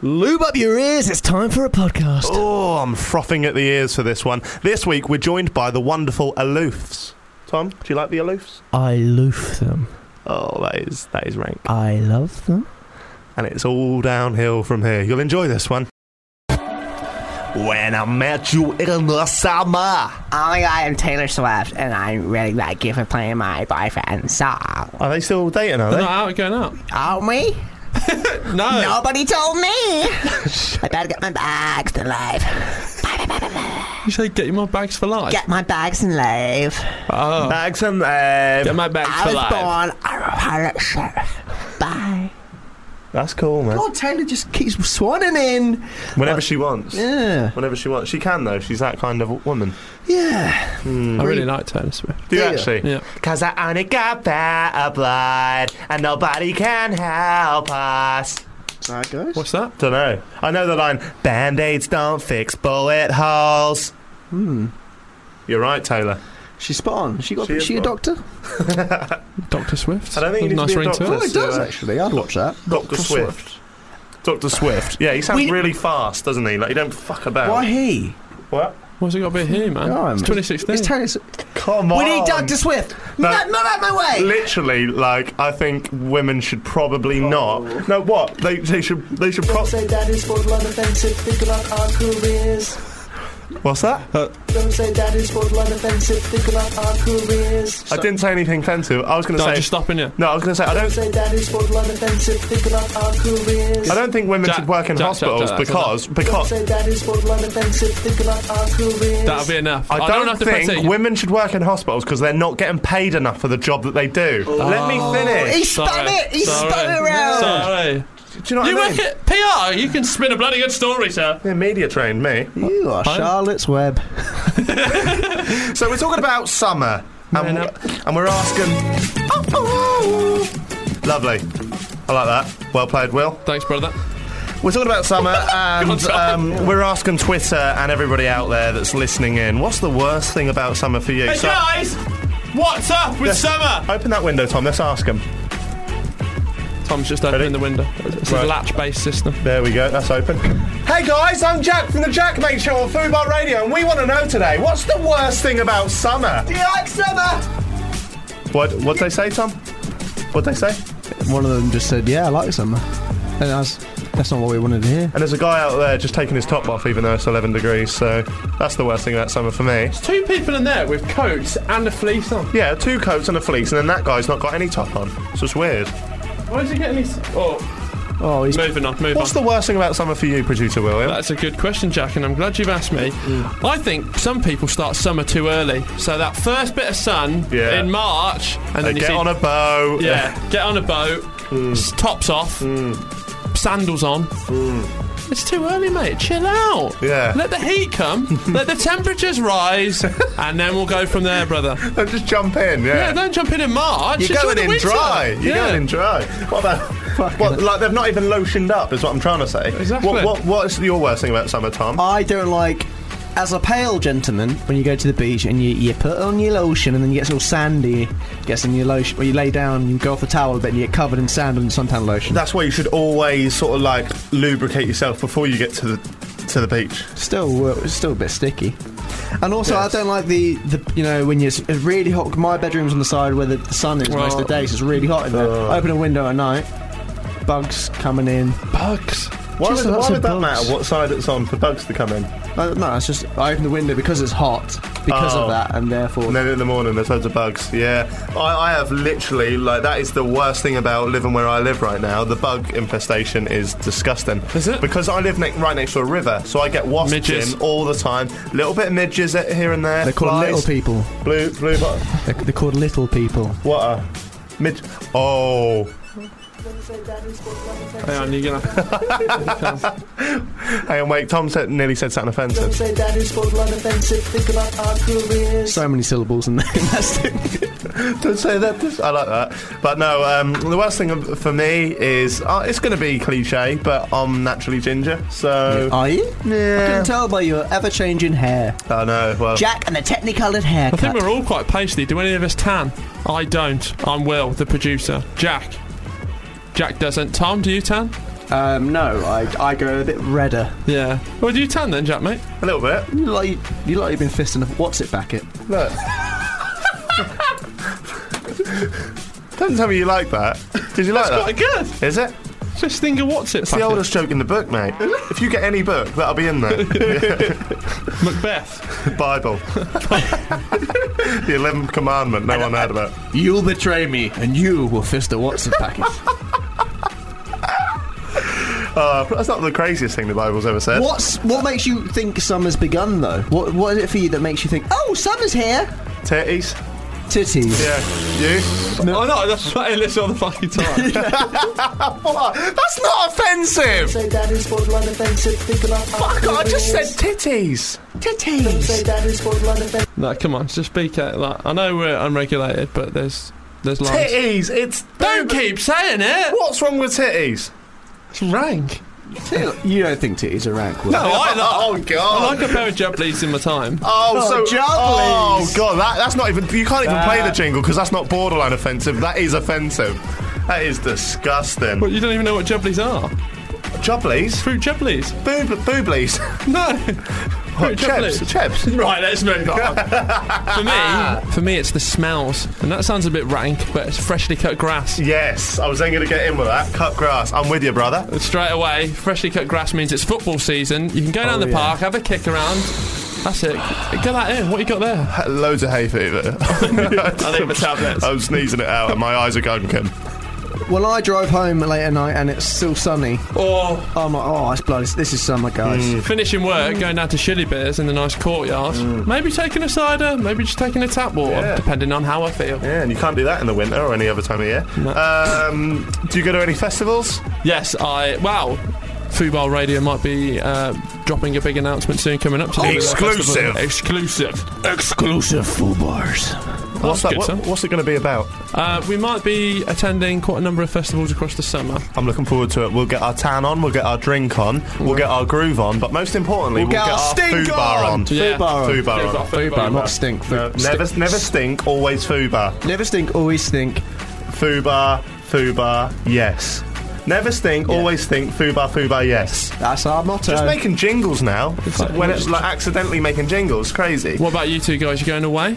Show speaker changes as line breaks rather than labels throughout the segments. Lube up your ears, it's time for a podcast.
Oh, I'm frothing at the ears for this one. This week we're joined by the wonderful Aloofs. Tom, do you like the Aloofs?
I loof them.
Oh, that is that is rank,
I love them.
and it's all downhill from here. You'll enjoy this one. When I met you in the summer,
Hi, I am Taylor Swift, and I'm really like you for playing my boyfriend song.
are they still dating? Are
They're
they?
not out going out.
Oh, me?
No.
Nobody told me! I better get my bags and leave. Bye, bye, bye, bye, bye.
You say get my bags for life.
Get my bags and leave.
oh.
Bags and um, them.
Get my bags
I
for
was
life.
born a pirate sheriff. Bye.
That's cool, Uh, man.
Oh, Taylor just keeps swanning in.
Whenever she wants.
Yeah.
Whenever she wants. She can, though. She's that kind of woman. Hmm.
Yeah.
I really like Taylor Swift.
Do you
Yeah.
actually?
Yeah.
Because Oh, I only got that blood, and nobody can help us.
That goes.
What's that?
Don't know. I know the line Band aids don't fix bullet holes.
Hmm.
You're right, Taylor.
She's spot on. She got.
She
She,
is
a
spot
doctor?
Dr. Swift.
I don't think you need to
With nice
be a
ring
doctor.
to
Oh,
it.
it does
uh,
actually. I'd watch that.
Dr. Swift. Dr. Swift. Yeah, he sounds
We-
really fast, doesn't he? Like, he don't fuck about.
Why he?
What?
What's it got to be here,
um,
man?
Come on.
it's 2016.
It's Taylor. Swi-
Come on.
We need Doctor Swift.
No.
No, not, out my way.
Literally, like, I think women should probably not. No, what? They, they should. They should. Pro-
Don't say that is for love offensive, think about our careers.
What's that?
Don't say that is for love offensive, think about our careers.
I didn't say anything offensive. I was going to
no,
say.
just stop in here.
No, I was going to say I
Don't
don't.
say that is for love offensive, think about our careers.
I don't think women
Jack-
should work in
Jack- Jack-
hospitals
Jack- Jack-
because
Don't
because
say that is for love offensive, think about our careers.
That'll be enough.
I don't,
don't have to press
think
it.
women should work in hospitals because they're not getting paid enough for the job that they do. Let me
Oh.
He
finish.
spun
Sorry.
it. He
Sorry.
spun it around.
Sorry.
Do you know
You
what I
work
mean?
at PR. You can spin a bloody good story, sir.
They're media trained me.
You are Charlotte's Web.
So we're talking about summer, and,
Man up.
and we're asking. Lovely. I like that. Well played, Will.
Thanks, brother.
We're talking about summer, and
Tom.
um, we're asking Twitter and everybody out there that's listening in. What's the worst thing about summer for you?
Hey,
So-
guys! What's up with summer?
Open that window, Tom. Let's ask him.
Tom's just opening
Ready?
the window. It's
Right.
a latch-based system.
There we go. That's open. Hey guys, I'm Jack from the Jack Mate Show on Food Bar Radio, and we want to know today what's the worst thing about summer?
You like summer?
What? What'd they say, Tom? What'd they say?
One of them just said, "Yeah, I like summer," and that's that's not what we wanted to hear.
And there's a guy out there just taking his top off, even though it's 11 degrees. So that's the worst thing about summer for me.
Two people in there with coats and a fleece on.
Yeah, two coats and a fleece, and then that guy's not got any top on. It's just weird.
Where's he getting his? Oh,
Oh, he's
moving on, moving
What's
on.
the worst thing about summer for you, producer William?
That's a good question, Jack, and I'm glad you've asked me. I think some people start summer too early, so that first bit of sun
Yeah.
in March, and
They
then you
get
see,
on a Mm. boat.
yeah, get on a boat, s- tops off,
Mm.
sandals on. It's too early, mate. Chill out.
Yeah.
Let the heat come. let the temperatures rise, and then we'll go from there, brother.
They just jump in.
Yeah, don't jump in in March.
You're
it's
going
the
in
winter.
dry. You're
yeah.
going in dry. What about? What, like they've not even lotioned up, is what I'm trying to say.
Exactly.
What, what, what's your worst thing about summer, Tom?
I don't like. As a pale gentleman, when you go to the beach and you, you put on your lotion and then you get all sandy, gets in your lotion, or you lay down and you go off the towel a bit and you get covered in sand and suntan lotion.
That's why you should always sort of like lubricate yourself before you get to the to the beach.
still, uh, it's still a bit sticky. And also, I don't like the, the you know when it's it's really hot. My bedroom's on the side where the, the sun is most of the day, so it's really hot in there. Open a window at night, bugs coming in.
Bugs.
Why
Just
would,
lots
why
of
would
bugs.
that matter? What side it's on for bugs to come in?
Uh, no, it's just I open the window because it's hot because
Oh.
of that, and therefore
And then in the morning, there's loads of bugs. Yeah, I, I have literally like that is the worst thing about living where I live right now. The bug infestation is disgusting.
Is it?
Because I live ne- right next to a river, so I get wasps
Midges.
in all the time. Little bit of midges at- here and there.
they're called
flies.
little people.
Blue, blue, bu-
They're, they're called little people.
what? A, mid. Oh,
Hang on, you're gonna.
hey, and wait. Tom said, nearly said something
Don't
offensive.
say that is for love offensive, think about our careers.
So many syllables in there. That's it.
Don't say that. This- I like that. But no, um, the worst thing of- for me is uh, it's going to be cliche, but I'm naturally ginger, so.
Are you? I
Yeah.
can tell by your ever-changing hair.
I know. Well,
Jack and the technicolored
I think
haircut.
we're all quite pasty. Do any of us tan? I don't. I'm Will, the producer. Jack. Jack doesn't. Tom, do you tan?
Um, no, I, I go a bit redder.
Yeah. Well, do you tan then, Jack, mate?
A little bit.
You like you like you've been fisting a what's it back it.
Look. Don't tell me you like that. Did you like that?
Quite good.
Is it?
Just think of what's it.
It's the oldest joke in the book, mate. If you get any book, that'll be in there.
Macbeth.
The Bible. the 11th commandment, no one heard about.
You'll betray me, and you will fist a what's it packet.
Uh, that's not the craziest thing the Bible's ever said.
What's what makes you think summer's begun though? What what is it for you that makes you think? Oh, summer's here.
Titties?
Titties.
Yeah. You?
No. Oh no, that's playing this all the fucking time.
What? That's not offensive!
Say that is borderline offensive. Think about
Fuck, I just said titties.
Don't say
Titties.
that is borderline offensive.
no, come on, just speak out. Like, I know we're unregulated, but there's there's lines.
Titties. It's.
Don't keep saying it.
What's wrong with titties?
It's rank.
You don't think titties are rank? Will.
No, I like.
Oh, God.
I like a pair of jab leads in my time.
Oh,
Oh,
so
Jubblies.
oh god, that, that's not even. You can't even play the
That-
jingle because that's not borderline offensive. That is offensive. That is disgusting.
But you don't even know what jubblies are.
Jubblies,
Fruit jubblies.
boob, booblies,
No.
What,
Fruit
chebs,
jubblies.
chebs.
Right, let's move on. for me, for me, it's the smells, and that sounds a bit rank, but it's freshly cut grass.
Yes, I was then going to get in with that. Cut grass. I'm with you, brother.
Straight away, freshly cut grass means it's football season. You can go
Oh,
down the
yeah.
park, have a kick around. That's it. Get that in. What you got there?
Had Loads of hay fever. I
need my tablets.
I'm sneezing it out, and my eyes are gunking.
Well, I drive home late at night and it's still sunny.
Or
I'm like, oh, it's bloody. This is summer, guys.
finishing work, going down to Shilly Beers in the nice courtyard. Maybe taking a cider, maybe just taking a tap water,
Mm. Yeah.
depending on how I feel.
Yeah, and you can't do that in the winter or any other time of year. Um, do you go to any festivals?
Yes, I. Wow. Football Radio might be uh, dropping a big announcement soon coming up. To do with their
Exclusive.
festival. Exclusive.
Exclusive full bars.
What's
That's
that?
good,
What,
son.
what's it going to be about?
Uh, we might be attending quite a number of festivals across the summer.
I'm looking forward to it. We'll get our tan on, we'll get our drink on, we'll get our groove on, but most importantly, we'll,
We'll get our stink
food bar
on.
on.
Food
Yeah.
bar.
Food bar on.
Food bar, not stink. Food.
No, never, never stink. Always food bar.
Never stink, always stink.
Food bar. Food bar. Yes. Never stink. Always think. Food bar. Food bar. Yes.
That's our motto.
Uh,
Just making jingles now. when it's like accidentally making jingles, crazy.
What about you two guys? You going away?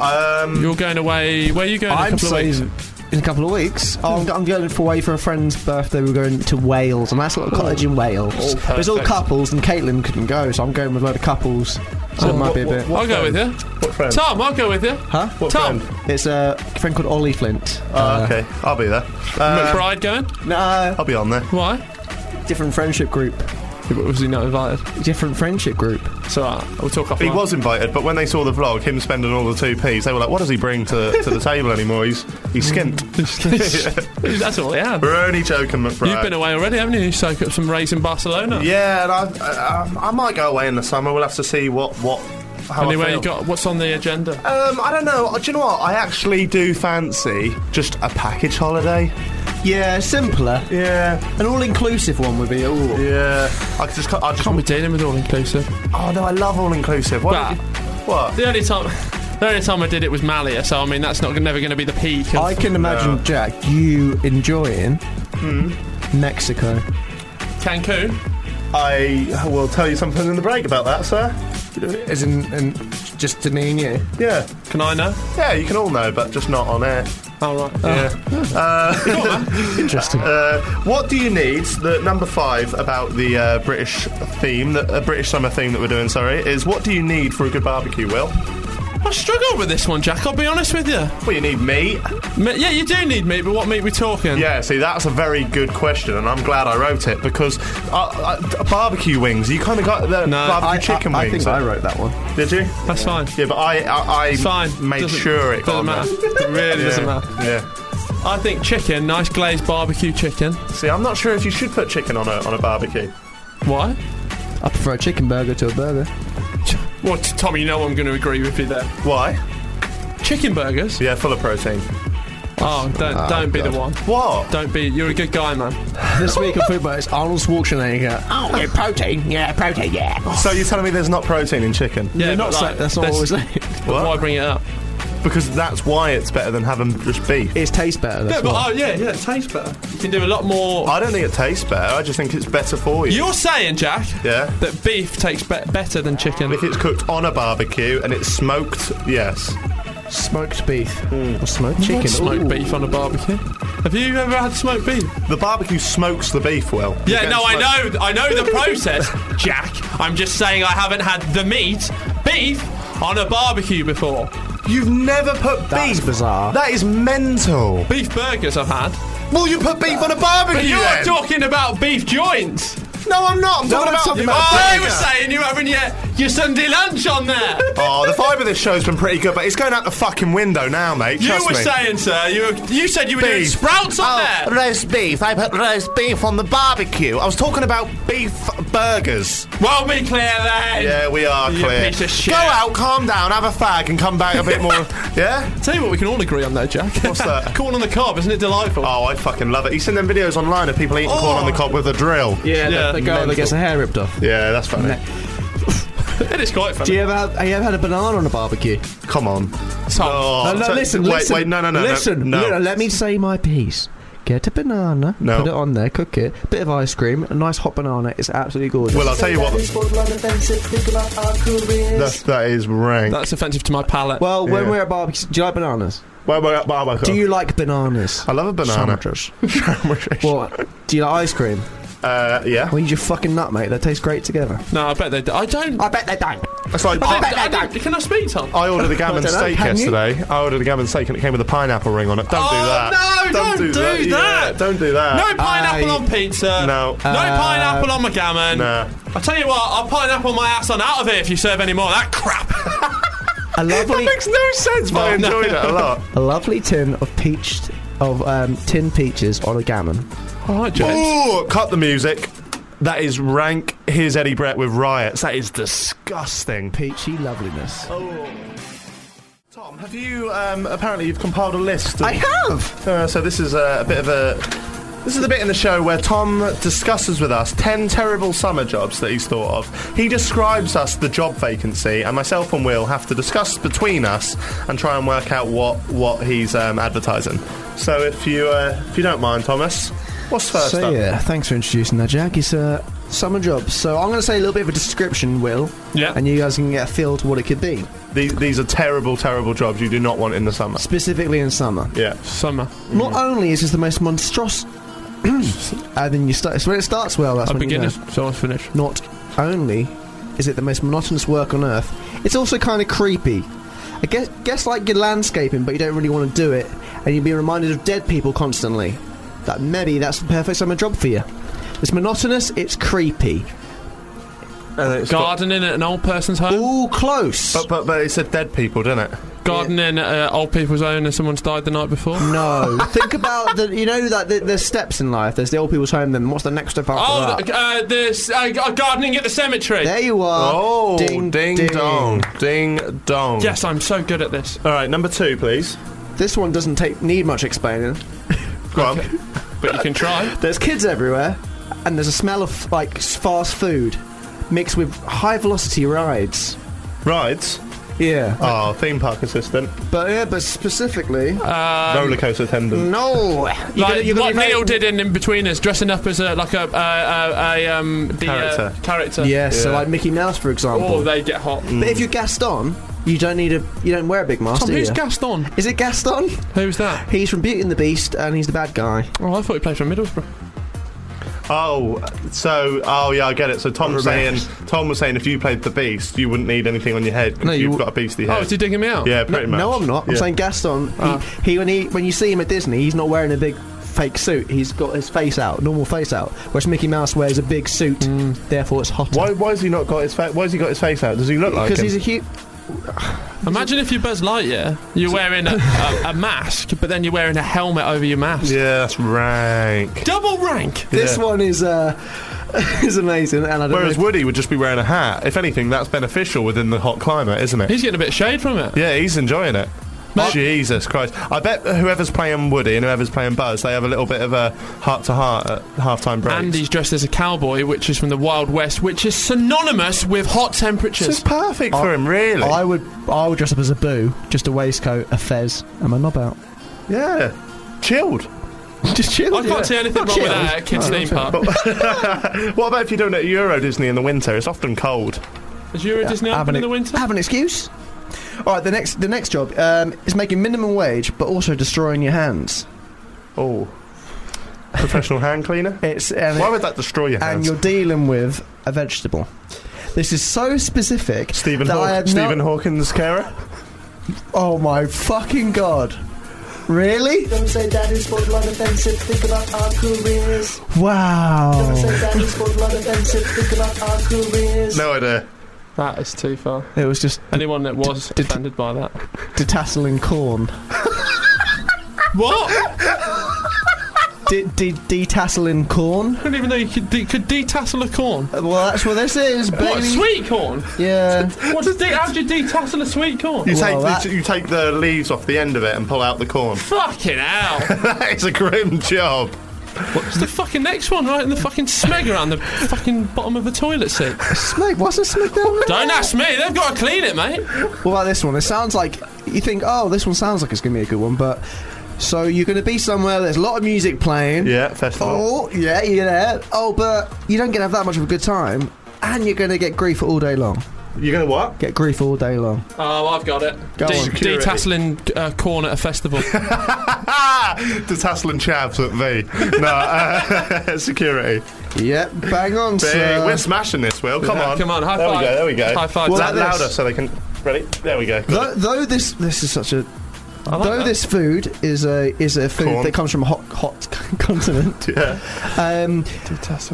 Um,
You're going away. Where are you going? in a
I'm
couple of weeks?
saying in a couple of weeks. Oh, I'm, go- I'm going for away for a friend's birthday. We're going to Wales, a nice little cottage in Wales.
Oh,
There's all
perfect.
couples, and Caitlin couldn't go, so I'm going with a load of couples. So it might be a bit.
I'll go with you.
what Uh, friend?
Tom, I'll go with you.
Huh?
What
Tom.
friend?
It's a friend called Ollie Flint.
Uh,
Oh, okay, I'll be there. Uh,
McBride going?
No,
I'll be on there.
Why?
different friendship group.
Was he not invited?
Different friendship group.
So uh, we'll talk off.
He was invited, but when they saw the vlog, him spending all the two p's, they were like, "What does he bring to, to the table anymore? He's he's skint."
That's all he had.
We're only joking, McBride.
You've been away already, haven't you? You soak up some rays in Barcelona.
Yeah, and I, I, I might go away in the summer. We'll have to see what what. How I
Anyway,
feel.
you got what's on the agenda?
Um, I don't know. Do you know what? I actually do fancy just a package holiday.
Yeah, simpler.
Yeah,
An all-inclusive one would be. Ooh.
yeah. I could just, I just.
Can't be dealing with all inclusive.
Oh no, I love all inclusive. What?
Bah.
did you- What?
The only time, the only time I did it was Malia. So I mean, that's not never going to be the peak. Of,
I can imagine Jack you enjoying Hmm. Mexico.
Cancun.
I will tell you something in the break about that, sir.
As in, in just to me and you.
Yeah,
Can I know?
yeah. You can all know, but just not on air.
All right.
Interesting.
Uh, what do you need? The number five about the uh, British theme, the uh, British summer theme that we're doing. Sorry, is what do you need for a good barbecue? Will?
I struggle with this one, Jack. I'll be honest with you.
Well, you need meat.
Me- yeah, you do need meat, but what meat we talking?
Yeah, see, that's a very good question, and I'm glad I wrote it because uh, uh, barbecue wings, you kind of got the
No,
barbecue chicken
I, I
wings.
think I wrote that one.
Did you?
that's fine.
Yeah, but I I, I
It's fine.
made
Doesn't-
sure it got
doesn't
on
matter.
there.
It really doesn't
Yeah,
matter.
Yeah.
I think chicken, nice glazed barbecue chicken.
See, I'm not sure if you should put chicken on a on a barbecue.
Why?
I prefer a chicken burger to a burger.
Well, t- Tom, you know I'm going to agree with you there.
Why?
Chicken burgers.
Yeah, full of protein.
Oh, don't don't be the one.
What?
Don't be. You're a good guy, man.
This week on Food Bar, it's Arnold Schwarzenegger.
Oh, yeah, protein. Yeah, protein, yeah.
So you're telling me there's not protein in chicken?
Yeah,
You're not
but,
sa-
like,
that's not what we're saying.
Why bring it up?
because that's why it's better than having just beef.
It tastes better.
Yeah,
That's
but
why.
oh yeah, yeah, it tastes better. You can do a lot more.
I don't think it tastes better. I just think it's better for you.
You're saying, Jack,
yeah.
that beef tastes be- better than chicken.
If it's cooked on a barbecue and it's smoked, yes.
smoked beef or smoked chicken.
smoked
Ooh.
beef on a barbecue. Have you ever had smoked beef?
The barbecue smokes the beef well.
Yeah, no, I know, I know the process, Jack. I'm just saying I haven't had the meat, beef, on a barbecue before.
You've never put
That's
beef.
bizarre.
That is mental.
Beef burgers I've had.
Well, you put beef on a
But
barbecue.
you're
then.
talking about beef joints.
no, I'm not. I'm
No, I'm
talking about.
talking
Oh,
about
I
burger.
was saying you haven't yet your Sunday lunch on there.
Oh, the vibe of this show's been pretty good, but it's going out the fucking window now, mate.
you
Trust
were
me.
saying, sir, you were, you said you were doing
Beef. Oh,
sprouts on there.
roast beef. I put roast beef on the barbecue. I was talking about beef burgers.
Well, be clear then.
Yeah, we are
You
clear.
piece of shit.
Go out, calm down, have a fag, and come back a bit more. yeah.
Tell you what, we can all agree on that, Jack.
What's that?
Corn on the cob, isn't it delightful?
Oh, I fucking love it. You seen them videos online of people eating corn on the cob with a drill.
Yeah,
Oh. Yeah,
the, the girl that gets her hair ripped off.
Yeah, that's funny.
It is quite
Do
funny.
you ever have, have you ever had a banana on a barbecue?
Come on.
Tom.
Oh,
no,
so-
no, listen,
wait,
listen.
wait, no, no, no, no,
listen.
no.
li- let me say my piece. Get a banana,
No.
put it on there, cook it, bit of ice cream, a nice hot banana. It's absolutely gorgeous.
Well, I'll tell you what.
Daddy's bored, line offensive, think about our
That,
careers.
that is rank.
That's offensive to my palate.
Well, when
Yeah.
we're at barbecue, do you like bananas?
Wait, wait, wait, wait, wait,
Do you like bananas?
I love a banana.
Sandwiches. What? Do you like ice cream?
uh, yeah.
Well, you just fucking nut, mate. They taste great together.
no, I bet they. Do. I don't.
I bet they don't.
It's like,
I,
I,
I don't- can I speak, Tom?
I ordered a gammon
I don't know,
steak
can you?
yesterday. I ordered a gammon steak and it came with a pineapple ring on it. Don't do
Oh,
that.
no, don't do
Yeah,
that.
don't do that.
no pineapple
Uh, I-
on pizza.
No.
No
Uh,
pineapple on my gammon.
Nah.
I tell you what, I'll pineapple my ass on out of here if you serve any more of that crap.
A lovely,
Makes no sense, but I
Oh, no.
enjoyed it a lot.
a lovely tin of peached, of um, tin peaches on a gammon.
All right, James.
Ooh, cut the music. That is rank. Here's Eddie Brett with riots. That is disgusting.
Peachy loveliness.
Tom, have you? Um, apparently, you've compiled a list. Of,
I have.
Uh, so this is a, a bit of a. This is the bit in the show where Tom discusses with us 10 terrible summer jobs that he's thought of. He describes us the job vacancy, and myself and Will have to discuss between us and try and work out what, what he's um, advertising. So if you uh, if you don't mind, Thomas, what's first
So
up?
yeah, thanks for introducing that, Jack. It's uh, summer jobs. So I'm going to say a little bit of a description, Will.
Yeah.
And you guys can get a feel to what it could be,
These, these are terrible, terrible jobs you do not want in the summer.
specifically in summer.
Yeah.
Summer.
Not only is this the most monstrous, and then you start. It's when it starts well. That's
A
when
beginner.
you know.
So I finish.
Not only is it the most monotonous work on earth, it's also kind of creepy. I guess, guess like your landscaping, but you don't really want to do it, and you'd be reminded of dead people constantly. That maybe that's the perfect summer job for you. It's monotonous. It's creepy.
Gardening at an old person's home.
Ooll close.
But, but, but it said dead people, didn't it?
Gardening at uh, old people's home and someone's died the night before.
Mm, No. Think about the you know that the, there's steps in life. There's the old people's home. Then what's the next step after
Oh,
that?
the- uh, this uh, g- uh, gardening at the cemetery.
there you are.
Oh, ding, dong. Ding dong.
Yes, I'm so good at this.
All right, number two, please.
This one doesn't take need much explaining.
Go on.
But you can try.
There's kids everywhere, and there's a smell of like s- fast food mixed with high velocity rides.
Rides.
Yeah,
Oh, theme park assistant.
but yeah, but specifically,
Roller coaster attendant.
no. You're
Uh, like
gonna- you're gonna
what
be very-
Neil did in, in between us, dressing up as a like a, a, a, a um the,
Character.
Uh, character.
Yeah, so
Yeah.
like Mickey Mouse, for example.
Oh, they get hot.
but if you're Gaston, you don't need a you don't wear a big mask.
Tom,
do
who's
you?
Gaston?
Is it Gaston?
Who's that?
He's from Beauty and the Beast, and he's the bad guy.
Oh, I thought he played for Middlesbrough.
Oh, so oh yeah, I get it. So Tom's saying
Revenge.
Tom was saying if you played the beast, you wouldn't need anything on your head because
No, you
you've
w-
got a beastly
Oh,
head.
is he digging me out?
yeah, pretty much.
No, I'm not. I'm
Yeah.
saying Gaston.
Ah.
He, he when he when you see him at Disney, he's not wearing a big fake suit. He's got his face out, normal face out. Whereas Mickey Mouse wears a big suit,
Mm.
therefore it's hotter.
Why, why has he not got his face? Why has he got his face out? Does he look like?
Because
him?
he's a huge.
Imagine if you're Buzz Lightyear, you're wearing a, a, a mask, but then you're wearing a helmet over your mask.
yeah, that's rank.
Double rank.
This
Yeah.
one is uh, is amazing, and I don't
Whereas
know.
Woody would just be wearing a hat. If anything, that's beneficial within the hot climate, isn't it?
He's getting a bit of shade from it.
yeah, he's enjoying it. Jesus Christ! I bet whoever's playing Woody and whoever's playing Buzz, they have a little bit of a heart to heart at halftime break.
Andy's dressed as a cowboy, which is from the Wild West, which is synonymous with hot
this is
temperatures.
perfect for him, really.
I would, I would dress up as a boo, just a waistcoat, a fez, and my knob out.
yeah, chilled.
Just chill.
I can't see anything wrong with that at a kid's theme park.
What about if you're doing it at Euro Disney in the winter? It's often cold.
Is Euro Disney
have an,
open in the winter?
Have an excuse. All right, the next the next job um, is making minimum wage, but also destroying your hands.
Oh, professional hand cleaner.
It's and,
Why would that destroy your
and
hands?
you're dealing with a vegetable. This is so specific.
Stephen,
that
Haw-
I had no-
Stephen Hawkins carer.
Oh my fucking god! Really?
Don't say that is for blood offensive. Think about our careers. Don't
Wow!
say that is for blood offensive. Think about our careers.
No idea.
That is too far.
It was just
Anyone that was
Did-
offended by that.
detasseling corn.
What? I
De- de- detasseling corn.
didn't even know you could, de- could detassel a corn.
Uh, Well, that's what this is, baby.
What, sweet corn?
Yeah.
What does de- how do you detassel a sweet corn?
You
Well,
take
that-
the, you take the leaves off the end of it and pull out the corn.
Fucking hell.
that is a grim job.
What's the fucking next one right in the fucking smeg around the fucking bottom of the toilet seat?
Smeg, what's a smeg down there?
Don't ask me, they've got to clean it, mate.
What about this one? It sounds like you think, oh, this one sounds like it's gonna be a good one, but so you're gonna be somewhere. There's a lot of music playing.
Yeah, festival.
Oh, yeah, you're there. Oh, but you don't get to have that much of a good time, and you're gonna get grief all day long.
You're gonna what?
Get grief all day long.
Oh, I've got it.
Go
De-
on.
Security.
detasseling uh, corn at a festival.
Ah, the tasseling chavs at me. No, uh, security.
Yep, bang on,
Big-
sir.
We're smashing this, Will. Come on,
uh, Come on, high
there
five.
we go. There we go.
High five.
Is
Well,
that
like this.
louder so they can. Ready? There we go.
Though, though this this is such a
like
though
that.
this food is a is a food
Corn.
that comes from a hot hot continent.
Yeah.
Um,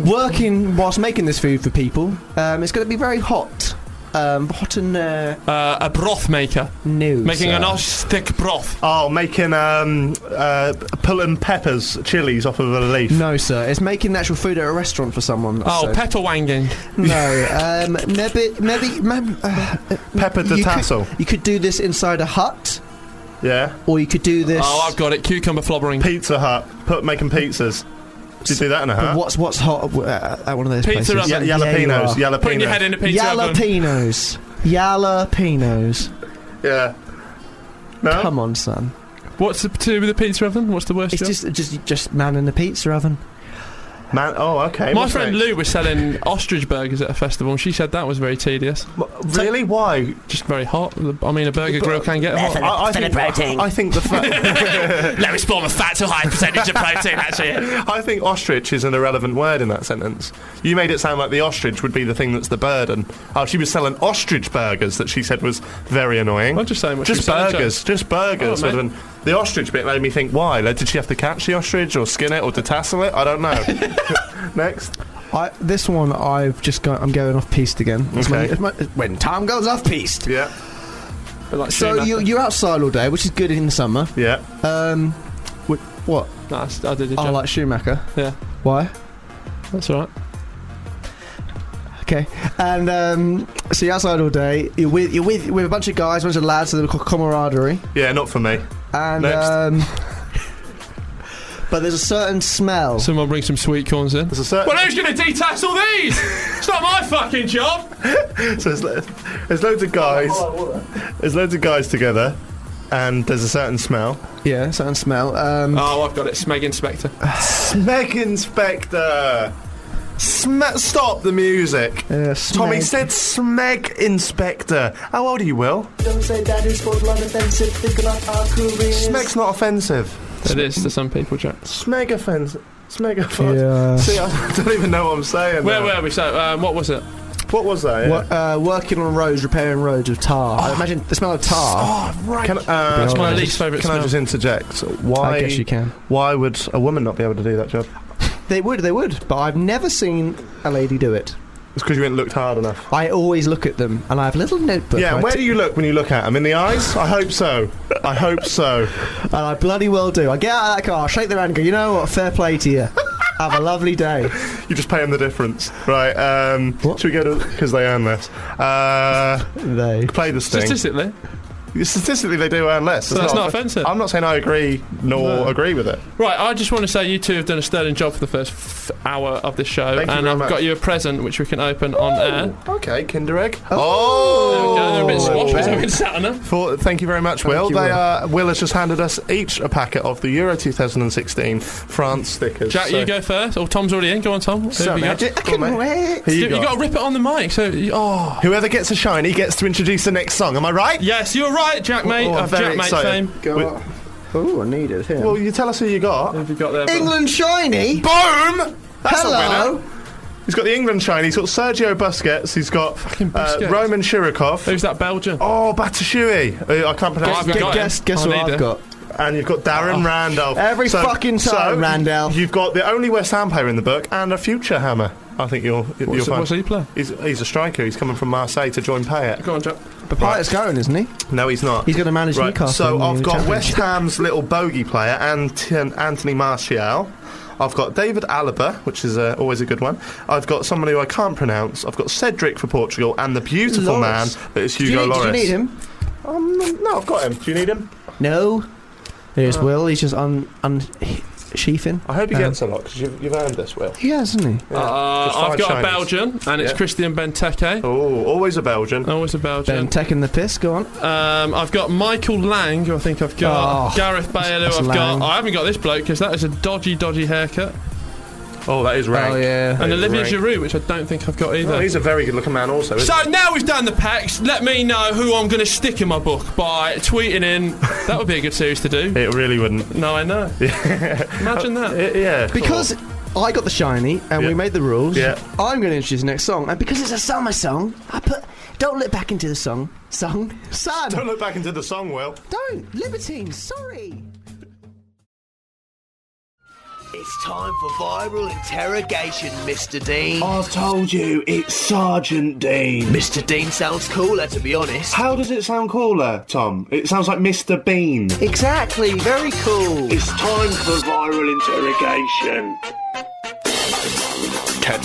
working whilst making this food for people, um, it's going to be very hot. Um, hot and uh,
Uh, a broth maker.
new.
Making
sir.
a nice thick broth.
Oh, making um, uh, pulling peppers, chilies off of a leaf.
No, sir. It's making the actual food at a restaurant for someone.
Oh,
so-
pepper wanging.
no. Um, maybe, maybe, maybe uh,
Pepper to
you
tassel.
Could, you could do this inside a hut,
Yeah.
or you could do this.
Oh, I've got it. Cucumber flobbering.
Pizza Hut, put making pizzas. Do you do that in a
but
hut?
what's what's hot uh, at one of those
Pizza
places?
oven.
Yeah,
Yeah,
jalapenos,
you
Putting your
jalapenos.
head in a pizza oven.
Jalapenos. Jalapenos.
yeah. No.
Come on, son.
What's the two with the pizza oven? What's the worst
It's
job?
just just just man in the pizza oven.
Man. Oh, okay.
My
what's
friend
next?
Lou was selling ostrich burgers at a festival, and she said that was very tedious.
M- Really? Why?
Just very hot. I mean, a burger grill can get
That's
hot.
an-
I, I
Fed
think,
protein.
I think the fa-
Lowest form of fat to high percentage of protein, that's it.
I think ostrich is an irrelevant word in that sentence. You made it sound like the ostrich would be the thing that's the burden. Oh, she was selling ostrich burgers that she said was very annoying.
I'm just saying what she
just
was selling,
burgers, just burgers.
Oh,
would have
mate.
been- the ostrich bit made me think, why? Like, did she have to catch the ostrich or skin it or detassel it? I don't know. Next.
I, this one I've just got. I'm going off piste again. It's my-
Okay.
it's my- when time goes off piste.
Yeah.
But like
So
soon
you're,
after.
you're outside all day, which is good in the summer.
Yeah.
Um, wh- what?
Nah, I s- I
Oh,
did a
I
job.
like Schumacher.
yeah,
Why?
that's all right.
Okay. And um, so you're outside all day. You're with you're with with a bunch of guys, a bunch of lads, so they're called camaraderie.
Yeah, not for me.
And
Next.
um, but there's a certain smell.
Someone bring some sweet corns in.
There's a certain.
Well, who's going to detassel these? it's not my fucking job.
So there's, lo- there's loads of guys.
Oh,
There's loads of guys together, and there's a certain smell.
yeah, certain smell. Um,
Oh, I've got it. Smeg Inspector.
Smeg Inspector. Sme- stop the music.
yeah,
Uh, Tommy
smeg.
said Smeg Inspector. How old are you, Will?
Don't say that is for blood offensive. Think about our careers.
Smeg's not offensive.
It is to some people, Jack.
Smeg offensive. Smeg offensive.
Yeah.
See, I don't even know what I'm saying.
Where
now.
were we? So, um, what was it?
What was that? yeah?
Wo- uh, working on roads, repairing roads with tar. I imagine the smell of tar.
Oh, right. Can, uh, That's
my least favourite
Can I
smell.
just interject? Why?
I guess you can.
Why would a woman not be able to do that job?
They would, they would, but I've never seen a lady do it.
It's because you haven't looked hard enough.
I always look at them, and I have a little notebook.
Yeah,
and I
and where
t-
do you look when you look at them? In the eyes? I hope so. I hope so.
and I bloody well do. I get out of that car, shake their hand, and go, you know what? Fair play to you. have a lovely day.
You just pay them the difference. Right, um,
What?
should we go to... Because they earn less. Uh,
They.
play the sting.
Statistically,
Statistically, they do earn less. It's
that's not offensive.
I'm not saying I agree nor agree with it.
Right, I just want to say you two have done a sterling job for the first f- hour of this show,
Thank you
and
very
I've
much.
got you a present which we can open on air.
Okay, Kinder Egg. Oh,
Yeah, they're a bit squashy, so we can
Thanks.
sat on them.
For, thank you very much, Will.
you,
they
Will.
Uh, Will has just handed us each a packet of the Euro 2016 France stickers.
Jack,
so-
you go first. Oh, Tom's already in. Go on, Tom.
So,
Over you
mate,
go.
I couldn't wait. Who you
you
got?
got to rip it on the mic. So, you- oh.
Whoever gets a shiny gets to introduce the next song. Am I right?
Yes, you're right, Jack, mate.
Oh, I'm
of
very
Jack, mate,
excited.
fame.
Go Oh, I need it here.
Well, you tell us who you got.
Who have you got there? Bill?
England shiny.
Boom! That's a winner.
Hello.
He's got the England shiny. He's got Sergio Busquets. He's got uh,
Busquets.
Roman Shirikov.
Who's that, Belgian?
Oh, Batshuayi. Uh, I can't pronounce
I've
it.
Gu-
got
guess
him. Oh.
guess
I
what
need
I've
it.
got.
And you've got Darren Randolph.
Every fucking time, Randolph.
You've got the only West Ham player in the book and a future hammer. I think you'll, you'll
What's,
find.
what's he play?
He's, he's a striker. He's coming from Marseille to join Payet.
Go on, Jack.
But Piatt's going, isn't he?
No, he's not.
He's going to manage
right.
Newcastle. in
So
the
I've got
Champions-
West Ham's little bogey player, Ant- Anthony Martial. I've got David Alaba, which is uh, always a good one. I've got someone who I can't pronounce. I've got Cedric for Portugal and the beautiful
Lloris.
man that is
Did you,
Hugo
need,
Lloris.
did you need him?
Um, no, I've got him. Do you need him?
No.
Uh.
There's Will. He's just un unsheathing.
I hope he
Um,
gets a lot because you've, you've earned this, Will.
He has, isn't he?
Uh,
Just
I've
five
got a
shinies.
Belgian, and it's
Yeah.
Christian Benteke.
Oh, always a Belgian.
Always a
Ben
Belgian.
taking the piss. Go on.
Um, I've got Michael Lang, who I think I've got.
Oh,
Gareth Bale, who
that's
I've got.
Lang.
I haven't got this bloke because that is a dodgy, dodgy haircut.
Oh, that is rank.
Oh yeah.
And
Hey,
Olivier
rank.
Giroud, which I don't think I've got either.
Oh, he's a very good-looking man, also. Isn't
So
he?
now we've done the packs, let me know who I'm going to stick in my book by tweeting in. That would be a good series to do.
it really wouldn't.
No, I know. Imagine that.
It- yeah,
Because I got the shiny and
Yeah.
we made the rules,
Yeah.
I'm going to introduce the next song. And because it's a summer song, I put Don't Look Back into the Song. Song. Sad.
Don't
Don't.
look back into the song, Will.
Libertines. Libertine. Sorry.
It's time for viral interrogation, Mr. Dean.
I told you, it's Sergeant Dean.
Mr. Dean sounds cooler, to be honest.
How does it sound cooler, Tom? It sounds like Mr. Bean.
Exactly, very cool.
It's time for viral interrogation.
Don't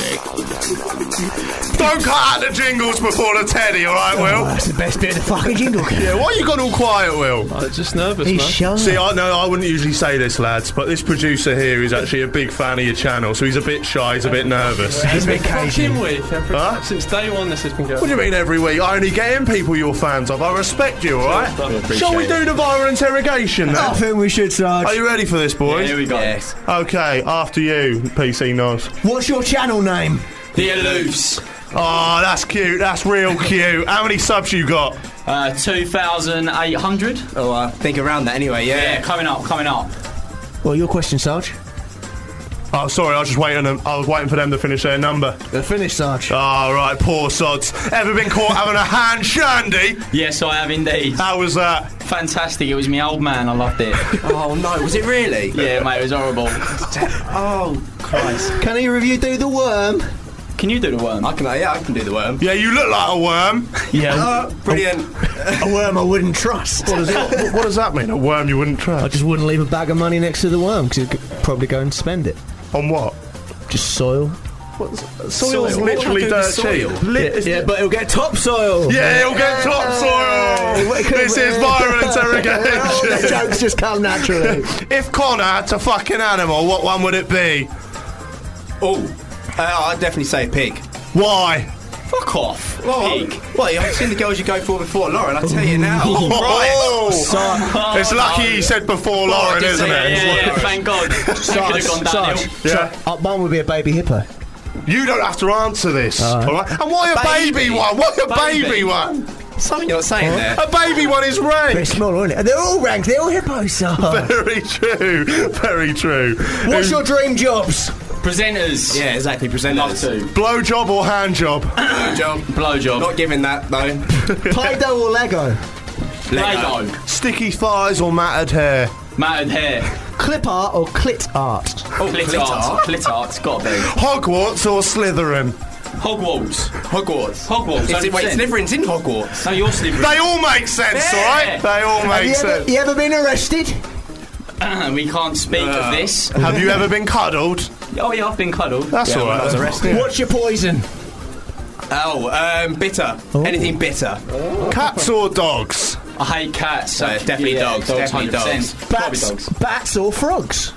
cut out the jingles before the teddy, all right, Will?
That's the best bit of the fucking jingle.
Yeah, why you gone all quiet, Will?
I'm just nervous,
He's
man.
shy.
See, I know I wouldn't usually say this, lads, but this producer here is actually a big fan of your channel, so he's a bit shy, he's a bit nervous.
It's been fucking week. every-
Huh?
Since day one, this has been
What
going.
do you mean every week? I only get in people you're fans of. I respect you, all right? Shall we do the viral interrogation
I
now?
think we should, Sarge.
Are you ready for this, boys?
Here we go.
Okay, after you, PC Nods.
What's your channel name?
The Aloofs.
Oh, that's cute. That's real cute. How many subs you got?
Uh, 2,800.
Oh, I think around that anyway,
Yeah, coming up, coming up.
Well, your question, Sarge.
Oh, sorry, I was just waiting. On, I was waiting for them to finish their number.
The Uh, finish, Sarge.
All right, poor sods. Ever been caught having a hand shandy?
Yes, I have indeed.
How was that?
Fantastic. It was me old man. I loved it.
Oh no, was it really?
yeah, mate, it was horrible.
Oh Christ!
Can he review Do the Worm?
Can you do the worm?
I can, yeah, I can do the worm.
Yeah, you look like a worm.
Yeah.
Oh, brilliant!
A worm I wouldn't trust.
What does, it, what does that mean? A worm you wouldn't
I
trust?
just wouldn't leave a bag of money next to the worm because he'd g- probably go and spend it.
On what?
Just soil.
Soil's literally
What would I do
dirt
with soil?
cheap. Li- it's-
but it'll get topsoil.
yeah, it'll get topsoil. This is viral
Oh, the
interrogation.
jokes just come naturally.
If Connor had a fucking animal, what one would it be?
Oh, uh, I'd definitely say pig.
Why?
Fuck off, pig. Well, I've seen the girls you go for before, Lauren. I tell you now.
Oh.
right.
it's lucky he said before
I
Lauren,
did
isn't
yeah,
it?
oh, yeah, yeah, thank God. That could have gone downhill.
Sarge,
Yeah.
uh, mine would be a baby hippo.
You don't have to answer this, all right? And why a baby,
Baby.
one? Why a baby,
Baby.
one?
Something you're not saying there.
A baby one is
They're
red.
small, aren't they? And They're all ranked. They're all hippos. Sarge.
Very true. Very true.
What's your dream jobs?
Presenters.
Yeah, exactly. Present
Love to.
blow job or hand job?
job.
Blowjob.
Not giving that though.
Play-Doh or Lego?
Lego.
Sticky thighs or matted hair?
Matted hair.
Clip art or clit art?
Oh, clit art. Clit art's got to be.
Hogwarts or Slytherin?
Hogwarts.
Hogwarts.
Hogwarts.
Is it, wait,
100%.
Slytherin's in Hogwarts.
No, you're slippery.
They all make sense,
Yeah.
alright? They all
Have you
make
ever,
sense.
you ever been arrested?
we can't speak of this.
Have you ever been cuddled?
Oh, yeah, I've been cuddled.
That's all right. then.
What's your poison?
Oh, um, bitter. Anything bitter.
Cats or dogs?
I hate cats. So
No, it's definitely
yeah,
dogs, definitely
100%. Probably
Bats,
dogs.
bats or frogs?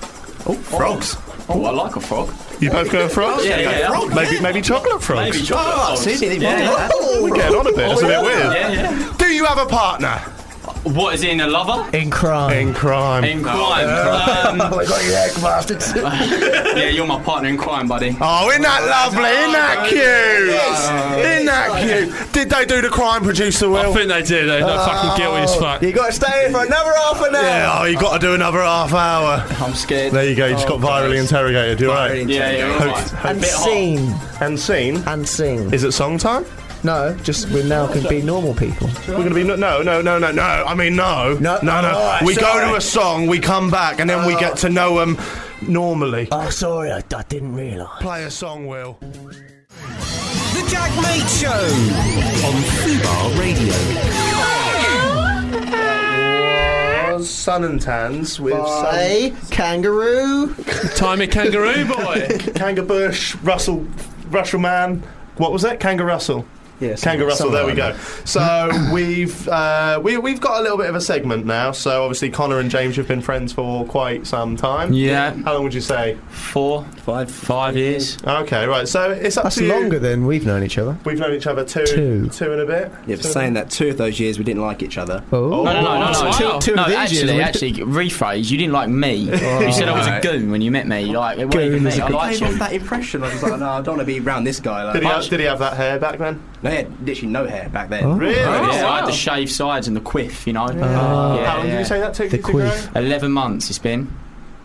Frogs.
Oh, I like a frog.
You both going frogs?
Yeah, yeah, yeah. Frog,
Maybe, maybe chocolate frogs.
Maybe chocolate
Oh,
frogs.
see, they-
yeah.
We're getting on a bit. It's a bit weird.
yeah, yeah.
Do you have a partner
What is in a lover?
In crime.
in crime?
In crime. Um,
I got your egg, bastards.
yeah, you're my partner in crime, buddy.
Oh, isn't that lovely? Isn't
Oh,
that cute? Isn't that cute? Did they do the crime producer,
I
Will?
think they did. They're
Oh.
fucking guilty as fuck.
you got to stay here for another half an hour.
Yeah, oh, you got to do another half hour.
I'm scared.
There you go, you just
Oh,
got virally interrogated, you're right.
yeah, yeah, all right. A bit hot.
Unseen.
And seen.
Unseen.
Is it song time?
No, just we now can be normal people.
We're gonna be no, no, no, no, no. no. I mean, no,
No.
no, no.
Alright,
we go to
sorry.
a song, we come back, and then we get to know them normally.
Oh, sorry, I, I didn't realise.
Play a song, Will.
The Jack Mate Show on Fubar Radio.
Sun and Tans with
Hey, kangaroo.
Time a kangaroo boy.
Kanga Bush, Russell, Russell Man. What was that? Kanga Russell.
Yes.
Kanga Russell. There we go. So we've uh, we, we've got a little bit of a segment now. So obviously Connor and James have been friends for quite some time.
Yeah,
How long would you say?
four, five, five years.
Okay, right. So it's up
That's
to you.
longer than we've known each other.
We've known each other two,
Two.
two and a bit.
Yeah, for saying that, two of those years we didn't like each other.
Oh,
No, no, no, no, no.
Two-
two
no
of these
actually,
years.
actually, rephrase. You didn't like me. you said I was a
Right.
goon when you met me. You're Like, it wasn't
Goon
even
is
me.
a
I
good-
I
liked
gave
you.
off that impression. I was like, no, I don't want to be around this guy. Like,
Did he, have, did he have that hair back then?
no, he had literally no hair back then.
Really?
Yeah, I
wow.
had the shaved sides and the quiff. You know. yeah,
How long did
yeah.
you say that took
The
you to grow?
quiff.
Eleven months it's been.